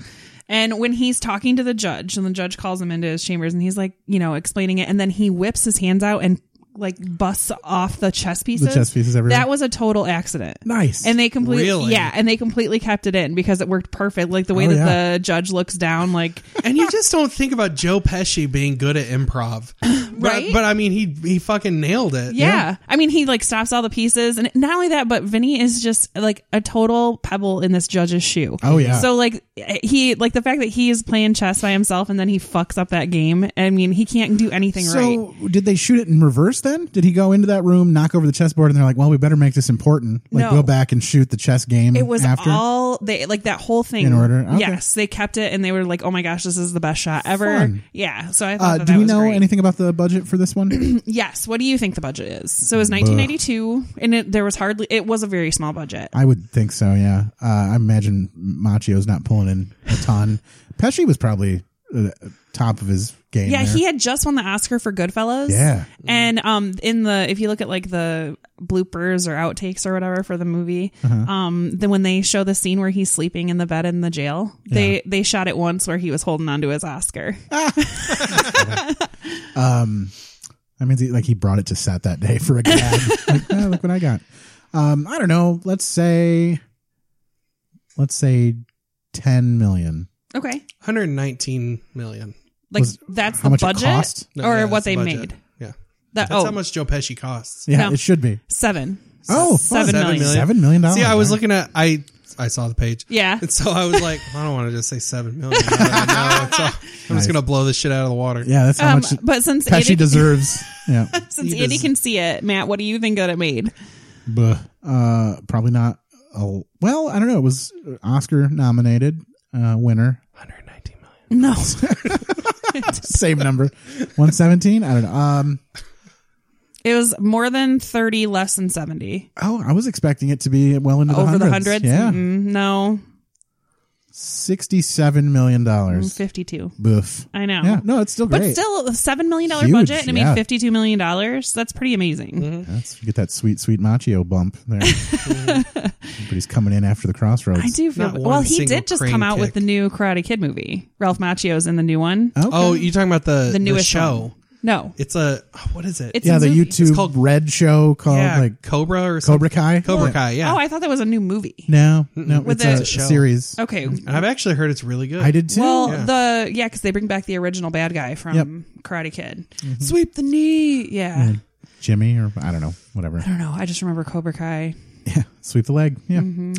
and when he's talking to the judge and the judge calls him into his chambers and he's like you know explaining it and then he whips his hands out and like busts off the chess pieces
chess pieces everywhere.
that was a total accident
Nice.
and they completely
Really?
yeah and they completely kept it in because it worked perfect like the way
Oh,
that
yeah.
the judge looks down like <laughs>
and you just don't think about Joe Pesci being good at <clears throat> improv, but,
Right?
But I mean, he he fucking nailed it.
Yeah. I mean, he like stops all the pieces. And not only that, but Vinny is just like a total pebble in this judge's shoe.
Oh, yeah.
So, like, he, like the fact that he is playing chess by himself and then he fucks up that game. I mean, he can't do anything right.
So did they shoot it in reverse then? Did he go into that room, knock over the chessboard, and they're like, "Well, we better make this important. Like,
No.
go back and shoot the chess game."
It was
after.
all they like that whole thing
In order? Okay.
Yes, they kept it and they were like, "Oh my gosh, this is the best shot ever."
Fun.
Yeah. So I thought
Uh,
that,
do
that
we
was
know
great.
anything about the budget for this
<clears throat>
one?
Yes. What do you think the budget is? So it was 1992, and it, there was hardly. It was a very small budget.
I would think so. Yeah, uh, I imagine Machio's not pulling in a ton. Pesci was probably uh, top of his game.
Yeah,
there.
he had just won the Oscar for Goodfellas.
Yeah.
and um, in the if you look at like the bloopers or outtakes or whatever for the movie,
Uh-huh.
um, then when they show the scene where he's sleeping in the bed in the jail, they they shot it once where he was holding onto his Oscar.
Ah. Um, I mean, like he brought it to set that day for a gag. like, "Ah, look what I got. Um, I don't know. Let's say, let's say, ten million.
okay,
119 million.
like that's
how
the
much it
budget
cost?
No,
or
yeah,
what
that's the
they
budget.
made.
Yeah,
That-
that's
oh.
how much Joe Pesci costs.
Yeah, it should be.
seven.
Oh, fun.
seven million.
Seven million dollars.
See, I was looking at I I saw the page.
Yeah.
and so I was like, I don't want to just say seven million. No, no, no, it's all- I'm
<laughs> Nice.
just gonna blow this shit out of the water.
Yeah, that's how
Um,
much.
but since
Pesci
Andy-
deserves, yeah,
<laughs> Since
He
Andy
does-
can see it, Matt, what do you think that it made?
Buh. Uh, probably not. A, well, I don't know. It was Oscar nominated, uh, winner.
No.
Same number, one seventeen. I don't know. Um,
<laughs> It was more than thirty, less than seventy.
oh, I was expecting it to be well into the
Over the
hundreds.
hundreds?
Yeah,
Mm, no.
sixty-seven million dollars.
52.
Boof.
I know.
Yeah, no, it's still great.
But still, a seven million dollar
Huge,
budget and it
yeah.
made fifty two million dollars. That's pretty amazing.
Mm-hmm.
That's, you get that sweet, sweet Machio bump
<laughs>
there. Everybody's coming in after the crossroads.
I do feel
Not
well.
one
He
single
did just
crane
come out with
kick.
the new Karate Kid movie. Ralph Macchio's in the new one.
Oh, you're talking about the
The newest
show?
one. No.
It's a oh, what is it?
It's
yeah,
a
the
movie.
YouTube Red show called
yeah,
like
Cobra
Cobra
or something.
Kai.
Cobra Kai. Yeah.
Oh, I thought that was a new movie.
No, no,
With
it's a,
the- It's a show.
series.
Okay.
And I've actually heard it's really good.
I did too.
Well, the yeah, because they bring back the original bad guy from
Yep. Mm-hmm.
Karate Kid. Sweep the knee. Yeah.
Yeah, Jimmy or I don't know, whatever.
I don't know. I just remember Cobra Kai.
Sweep the leg. Yeah.
Mm-hmm.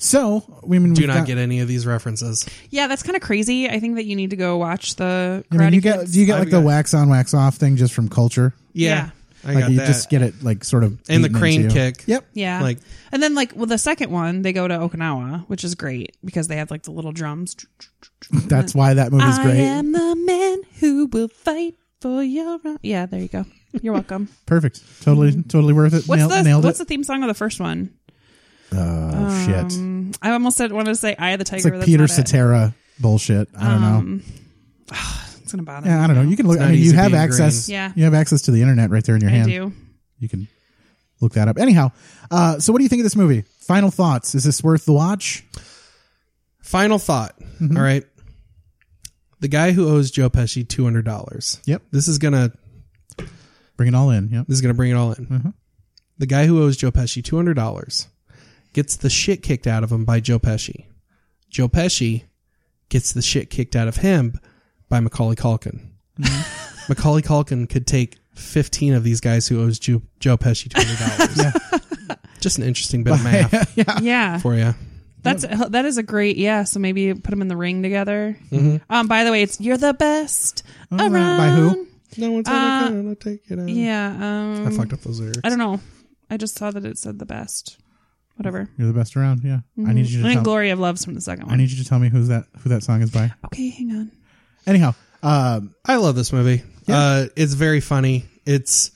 So we I mean,
do
we've
not
got-
get any of these references.
Yeah, that's kind of crazy. I think that you need to go watch the
I
Karate
mean, you
Kid.
get do you get
I've
like the
got-
wax on, wax off thing just from culture.
Yeah, I
like
got
you
that.
just get it like sort of
and the
beaten into
crane
you.
kick.
Yep.
Yeah.
Like
and then like well the second one they go to Okinawa, which is great because they have like the little drums.
That's why that movie's
I
great.
am the man who will fight for your ri- Yeah, there you go.
<laughs>
You're welcome.
Perfect. Totally, totally worth it.
Mm-hmm. What's
Nailed,
the
nailed
what's
it.
the theme song of the first one?
oh shit!
Um, I almost said wanted to say Eye of the Tiger.
It's like
that's
Peter
not it.
Cetera bullshit. I don't know.
Um, It's gonna bother.
Yeah,
me
I don't know.
now.
You can look.
It's
I
not
mean, you
easy
have
being
access.
green. Yeah.
you have access to the internet right there in your
I
hand.
do.
You can look that up. Anyhow, uh, so what do you think of this movie? Final thoughts. Is this worth the watch?
final thought.
Mm-hmm.
all right. The guy who owes Joe Pesci two hundred dollars.
Yep.
This is gonna
Bring it all in. Yep.
this is gonna bring it all in.
Mm-hmm.
The guy who owes Joe Pesci two hundred dollars gets the shit kicked out of him by Joe Pesci. Joe
Mm-hmm.
Pesci gets the shit kicked out of him by Macaulay Culkin. <laughs> Macaulay Culkin could take 15 of these guys who owes Joe, Joe Pesci
<laughs>
$20. Just an interesting bit of math
yeah.
for you.
That's uh, that is a great yeah. So maybe put them in the ring together.
Mhm.
Um. By the way, it's you're the best
All Oh, right.
around.
By who? No one's
Uh,
ever gonna take it out.
Yeah. Um,
I fucked up those lyrics.
I don't know. I just saw that it said the best. Whatever.
You're the best around. Yeah. I need
Mhm.
you
I
to
think
tell,
Glory of Love's from the second one.
I need you to tell me who's that who that song is by.
Okay, hang on.
Anyhow,
um, I love this movie. Uh, it's very funny. It's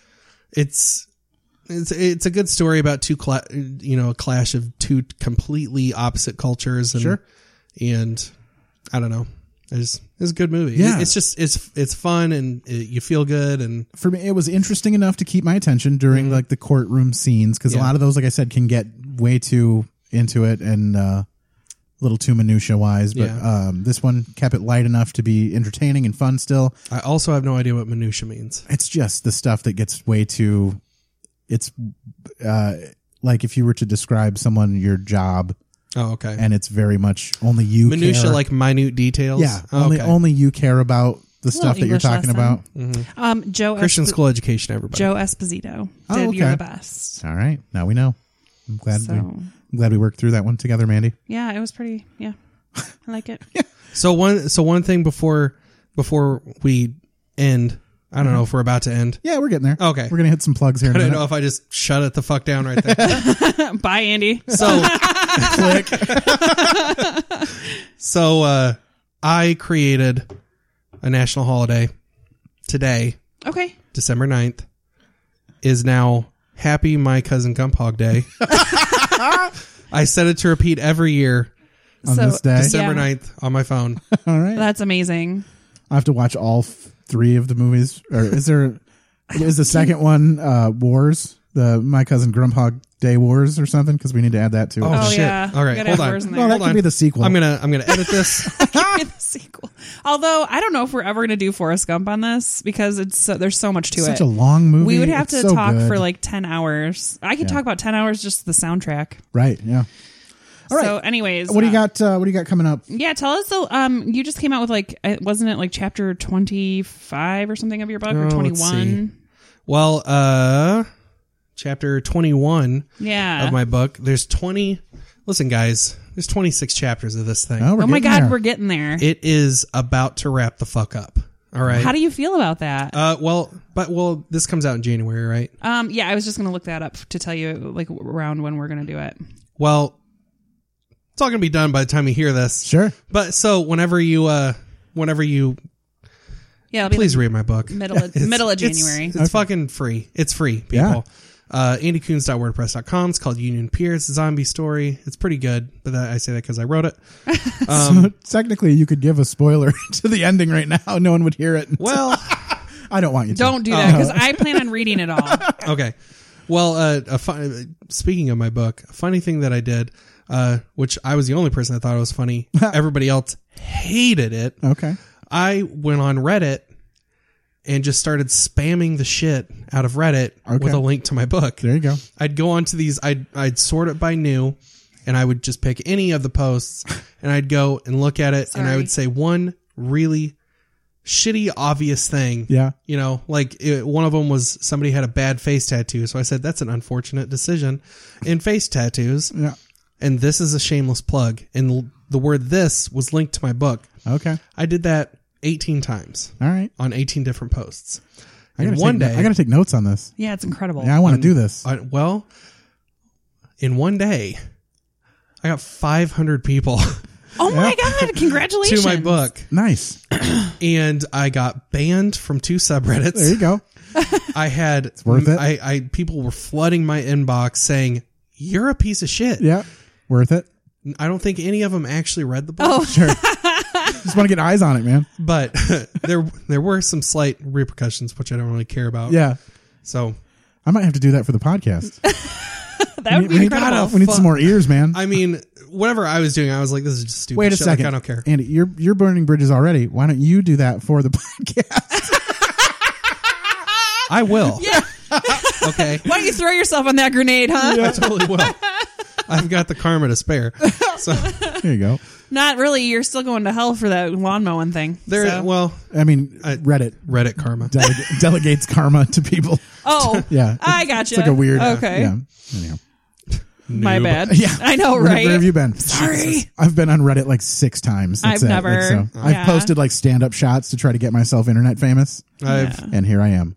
it's it's it's a good story about two cla- you know a clash of two completely opposite cultures and
Sure.
and I don't know. It's it's a good movie.
Yeah.
it's just it's it's fun and uh you feel good and
for me it was interesting enough to keep my attention during like the courtroom scenes because
Mm-hmm.
a
Yeah.
lot of those like i said can get way too into it and uh a little too minutia wise but
Yeah.
um this one kept it light enough to be entertaining and fun still
I also have no idea what minutia means.
it's just the stuff that gets way too it's uh like if you were to describe someone your job
Oh, okay.
and it's very much only you
minutia
care.
like minute details.
yeah
Oh,
only
okay.
only you care about the
Little
stuff that you're
English
talking about
lesson.
Mhm.
Um, Joe
Christian
Espo-
school education. Everybody.
Joe Esposito
Oh,
did You're
okay.
the Best.
All right, now we know. I'm glad
So-
we, I'm glad we worked through that one together, Mandy.
Yeah, it was pretty. Yeah, I
<laughs>
like it.
So one so one thing before before we end, I
Mm-hmm.
don't know if we're about to end.
Yeah, we're getting there.
Okay.
we're gonna hit some plugs here.
I
in a
don't
minute.
know if I just shut it the fuck down right there. <laughs>
Bye, Andy.
<laughs>
So- <laughs> so uh I created a national holiday today,
okay.
December 9th, is now Happy My Cousin
<laughs>
Gumpog Day. I set it to repeat every year.
On So- this day?
December
Yeah.
ninth, 9th on my phone.
<laughs> All right,
That's amazing.
I have to watch all f- three of the movies. Or is there? is the
<laughs>
second one uh, Wars? The My Cousin Grumpog Day Wars or something? Because we need to add that to it.
Oh, shit. All right, hold
Gotta have
on.
words in
No, that
there.
could be the sequel.
I'm going to I'm going to edit
<laughs>
this.
Give me the sequel. Although I don't know if we're ever gonna do Forrest Gump on this because it's so, there's so much to
Such
it.
a long movie.
We would have
It's
to
so
talk
good.
for like ten hours. I could
Yeah.
talk about ten hours just the soundtrack.
right. Yeah. All right.
So, anyways,
what do you
uh, Mm,
got? Uh, what do you got coming up?
Yeah, tell us. The, um, you just came out with like, uh, wasn't it like chapter twenty five or something of your book
Oh,
or
let's
twenty
see.
one?
Well, uh chapter 21
Yeah.
of my book. There's 20 Listen guys, there's 26 chapters of this thing.
Oh my god, we're getting there.
It is about to wrap the fuck up. All right.
How do you feel about that?
Uh well, but well, this comes out in January, right?
Um, yeah, I was just gonna look that up to tell you like around when we're gonna do it.
Well, it's all going to be done by the time you hear this. <laughs>
Sure.
But so whenever you uh whenever you
Yeah, it'll be
please
the
read my book.
middle
<laughs>
of- middle of
it's-
January.
It's,
Okay.
fucking free. It's free, people.
Yeah.
Uh, andycoons.wordpress.com. It's called Union Pier. It's a zombie story. It's pretty good, but that, I say that because I wrote it.
so
Um,
technically, you could give a spoiler <laughs> to the ending right now. No one would hear it. <laughs>
Well,
I don't want you. to.
Don't do that
Oh.
because I plan on reading
<laughs>
it all.
okay. Well, uh, a fun, speaking of my book, a funny thing that I did, uh, which I was the only person that thought it
<laughs>
was funny. Everybody else hated it.
Okay.
I went on Reddit and just started spamming the shit out of Reddit
Okay.
with a link to my book.
There you go.
I'd go onto these. I'd I'd sort it by new, and I would just pick any of the
<laughs>
posts, and I'd go and look at it, and I
Sorry.
would say one really shitty, obvious thing.
Yeah.
You know, like it, one of them was somebody had a bad face tattoo, so I said that's an unfortunate decision in face tattoos.
Yeah.
And this is a shameless plug, and l- the word "this" was linked to my book.
Okay.
I did that 18 times
All right.
on 18 different posts.
I gotta
And one
take,
day, Um, uh,
I gotta take notes on this.
Yeah, it's incredible.
Yeah, I want to do this.
I, well, in one day, I got 500 people <laughs>
oh my
<laughs>
god, congratulations
to my book,
Nice.
and I got banned from two subreddits.
There you go.
I had
worth it.
I, I people were flooding my inbox saying, "You're a piece of shit."
Yeah, worth it.
I don't think any of them actually read the book.
Oh,
Sure. Just want to get eyes on it, man.
<laughs> but <laughs> there there were some slight repercussions, which I don't really care about.
Yeah,
So
I might have to do that for the
<laughs>
podcast.
that would
we,
be
need,
incredible.
we need some more ears, man.
I mean, whatever I was doing, I was like, "This is just stupid."
Wait a
shit.
second.
Like, I don't care.
Andy, you're you're burning bridges already. Why don't you do that for the <laughs> podcast?
I will.
<laughs> Yeah.
<laughs> Okay.
Why don't you throw yourself on that grenade, huh?
I totally will. I've got the karma to spare. So
there you go.
Not really. You're still going to hell for that lawn mowing thing.
There,
so.
well,
I mean, Reddit.
Reddit karma.
Delega- <laughs> delegates karma to
<laughs>
people.
Oh,
<laughs> yeah.
I
It's-
gotcha.
It's like a weird. uh,
Okay.
Yeah. Anyhow.
My
Noob.
<laughs>
bad.
Yeah.
I know,
Where-
right?
Where have you been?
Sorry.
I've been on Reddit like six times. That's
I've
it. Like,
never-
so
yeah.
I've posted like stand up shots to try to get myself internet famous.
I've- Yeah.
And here I
<laughs>
am.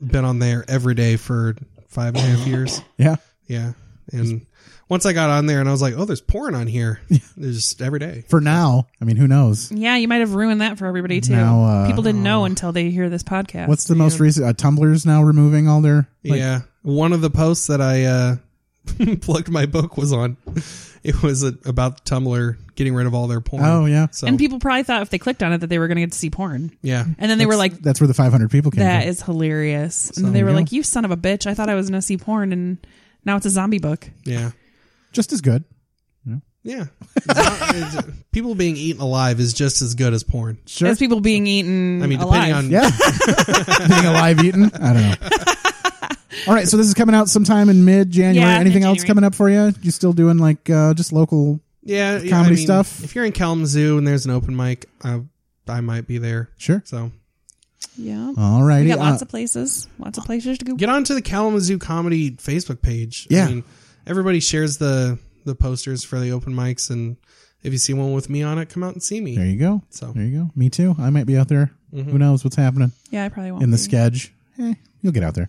been on there every day for five and a half years.
Yeah.
Yeah. And once I got on there and I was like, oh, there's porn
<laughs>
on here. There's just every day.
For now, I mean, who knows?
Yeah, you might have ruined that for everybody too.
Now, uh,
People didn't know until they hear this podcast.
What's the most recent? Uh, Tumblr's now removing all their. like-
yeah. One of the posts that I uh, <laughs> plugged my book was on. <laughs> It was uh about Tumblr getting rid of all their porn.
Oh, yeah.
So,
And people probably thought if they clicked on it that they were going to get to see porn.
yeah.
And then they were like,
That's where the 500 people came
"That
from.
is hilarious." And
So-
they
There
were
you
like, "You son of a bitch! I thought I was going to see porn, and now it's a zombie book."
Yeah.
Just as good.
Yeah. It's not- <laughs> it's- people being eaten alive is just as good as porn.
Sure. As people being eaten.
I mean, depending
alive.
on.
<laughs>
Yeah. Being alive eaten? I don't know. All right, so this is coming out sometime in mid January.
Yeah,
Anything else
mid-January.
coming up for you? You still doing like uh, just local
Yeah,
comedy
yeah, I mean,
stuff?
If you're in Kalamazoo and there's an open mic, I, I might be there.
Sure.
So
Yeah.
All righty,
We got lots
uh,
of places. Lots of places to go.
get onto the Kalamazoo Comedy Facebook page.
Yeah.
I mean, everybody shares the the posters for the open mics, and if you see one with me on it, come out and see me.
There you go.
So.
there you go. Me too. I might be out there.
Mhm.
Who knows what's happening?
Yeah, I probably won't
in the
be.
sketch. Eh, you'll get out there.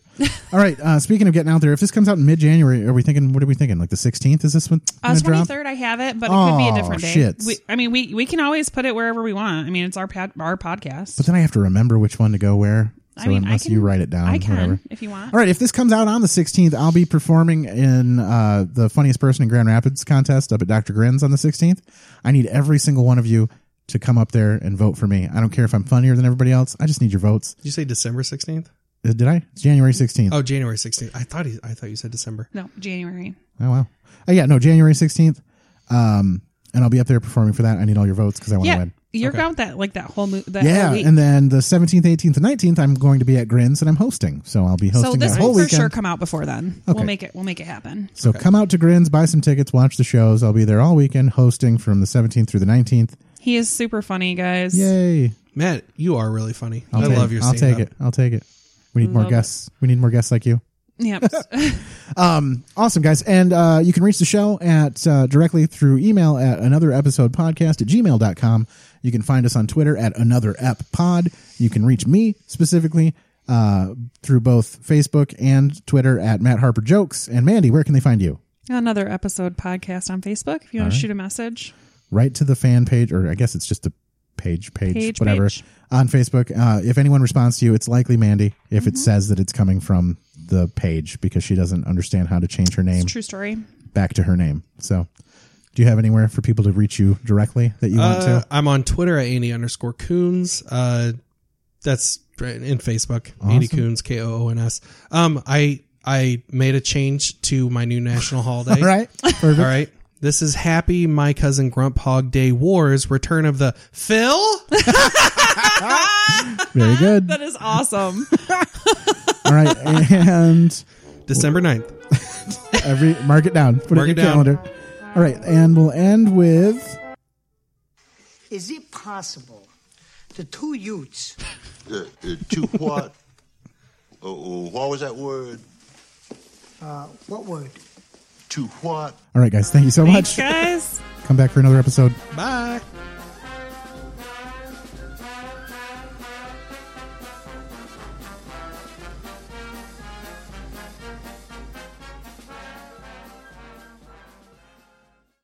All right. Uh, speaking of getting out there, if this comes out in mid January, are we thinking? What are we thinking? Like the sixteenth? Is this one?
Uh,
gonna drop?
23rd, I have it, but it could be a
Oh,
different day.
shits.
We, I mean, we we can always put it wherever we want. I mean, it's our pad, our podcast.
But then I have to remember which one to go where. So
I mean, I
unless
can-
you write it down,
I can,
whatever.
if you want.
All right, if this comes out on the 16th, I'll be performing in uh, the funniest person in Grand Rapids contest up at Dr. Grin's on the 16th. I need every single one of you to come up there and vote for me. I don't care if I'm funnier than everybody else. I just need your votes.
Did you say December sixteenth?
Uh, Did I? It's January 16th.
Oh, January sixteenth. I thought he, I thought you said December.
No, January.
Oh wow. Oh yeah, no, January sixteenth. Um, and I'll be up there performing for that. I need all your votes because I want to
Yeah,
win.
you're going that like that whole mo- that
yeah,
whole week.
and then the seventeenth, eighteenth, and nineteenth, I'm going to be at Grins and I'm hosting, so I'll be hosting
so this
that whole
will for
weekend.
sure come out before then.
Okay.
We'll make it. We'll make it happen.
So come out to Grins, buy some tickets, watch the shows. I'll be there all weekend hosting from the seventeenth through the nineteenth.
He is super funny, guys.
Yay!
Matt, you are really funny.
I'll
I
take
love
it.
your.
I'll take
stand-up.
it. I'll take it. We need more
Love it.
guests. We need more guests like you.
Yep. <laughs>
um, awesome guys and uh, you can reach the show at uh, directly through email at another episode podcast at gmail.com you can find us on twitter at another ep pod you can reach me specifically uh, through both facebook and twitter at matt harper jokes and mandy where can they find you
Another episode podcast on Facebook. If you
All
want
right.
to shoot a message,
right to the fan page, or I guess it's just the page, page,
Page,
whatever,
page.
on Facebook. Uh, if anyone responds to you, it's likely Mandy if
Mm-hmm.
it says that it's coming from the page because she doesn't understand how to change her name.
true story.
Back to her name. So, do you have anywhere for people to reach you directly that you want
Uh,
to?
I'm on Twitter at Andy underscore Coons. Uh, that's in Facebook.
Awesome.
Andy Coons, K O O N S. Um, I I made a change to my new
<laughs>
national holiday.
All
<laughs>
right. Perfect.
All right. This is Happy My Cousin Grump Hog Day Wars Return of the Phil.
Very good.
That is
<laughs>
awesome.
All right, and
December 9th.
every mark it down. Put
Mark
it
it
in your
down.
calendar. All right, and we'll end with.
Is it possible the two Utes
Uh, uh, to what? <laughs> uh, uh, what was that word?
Uh, what word?
To what?
All right, guys. Thank you so much.
Thanks, guys.
Come back for another episode.
Bye.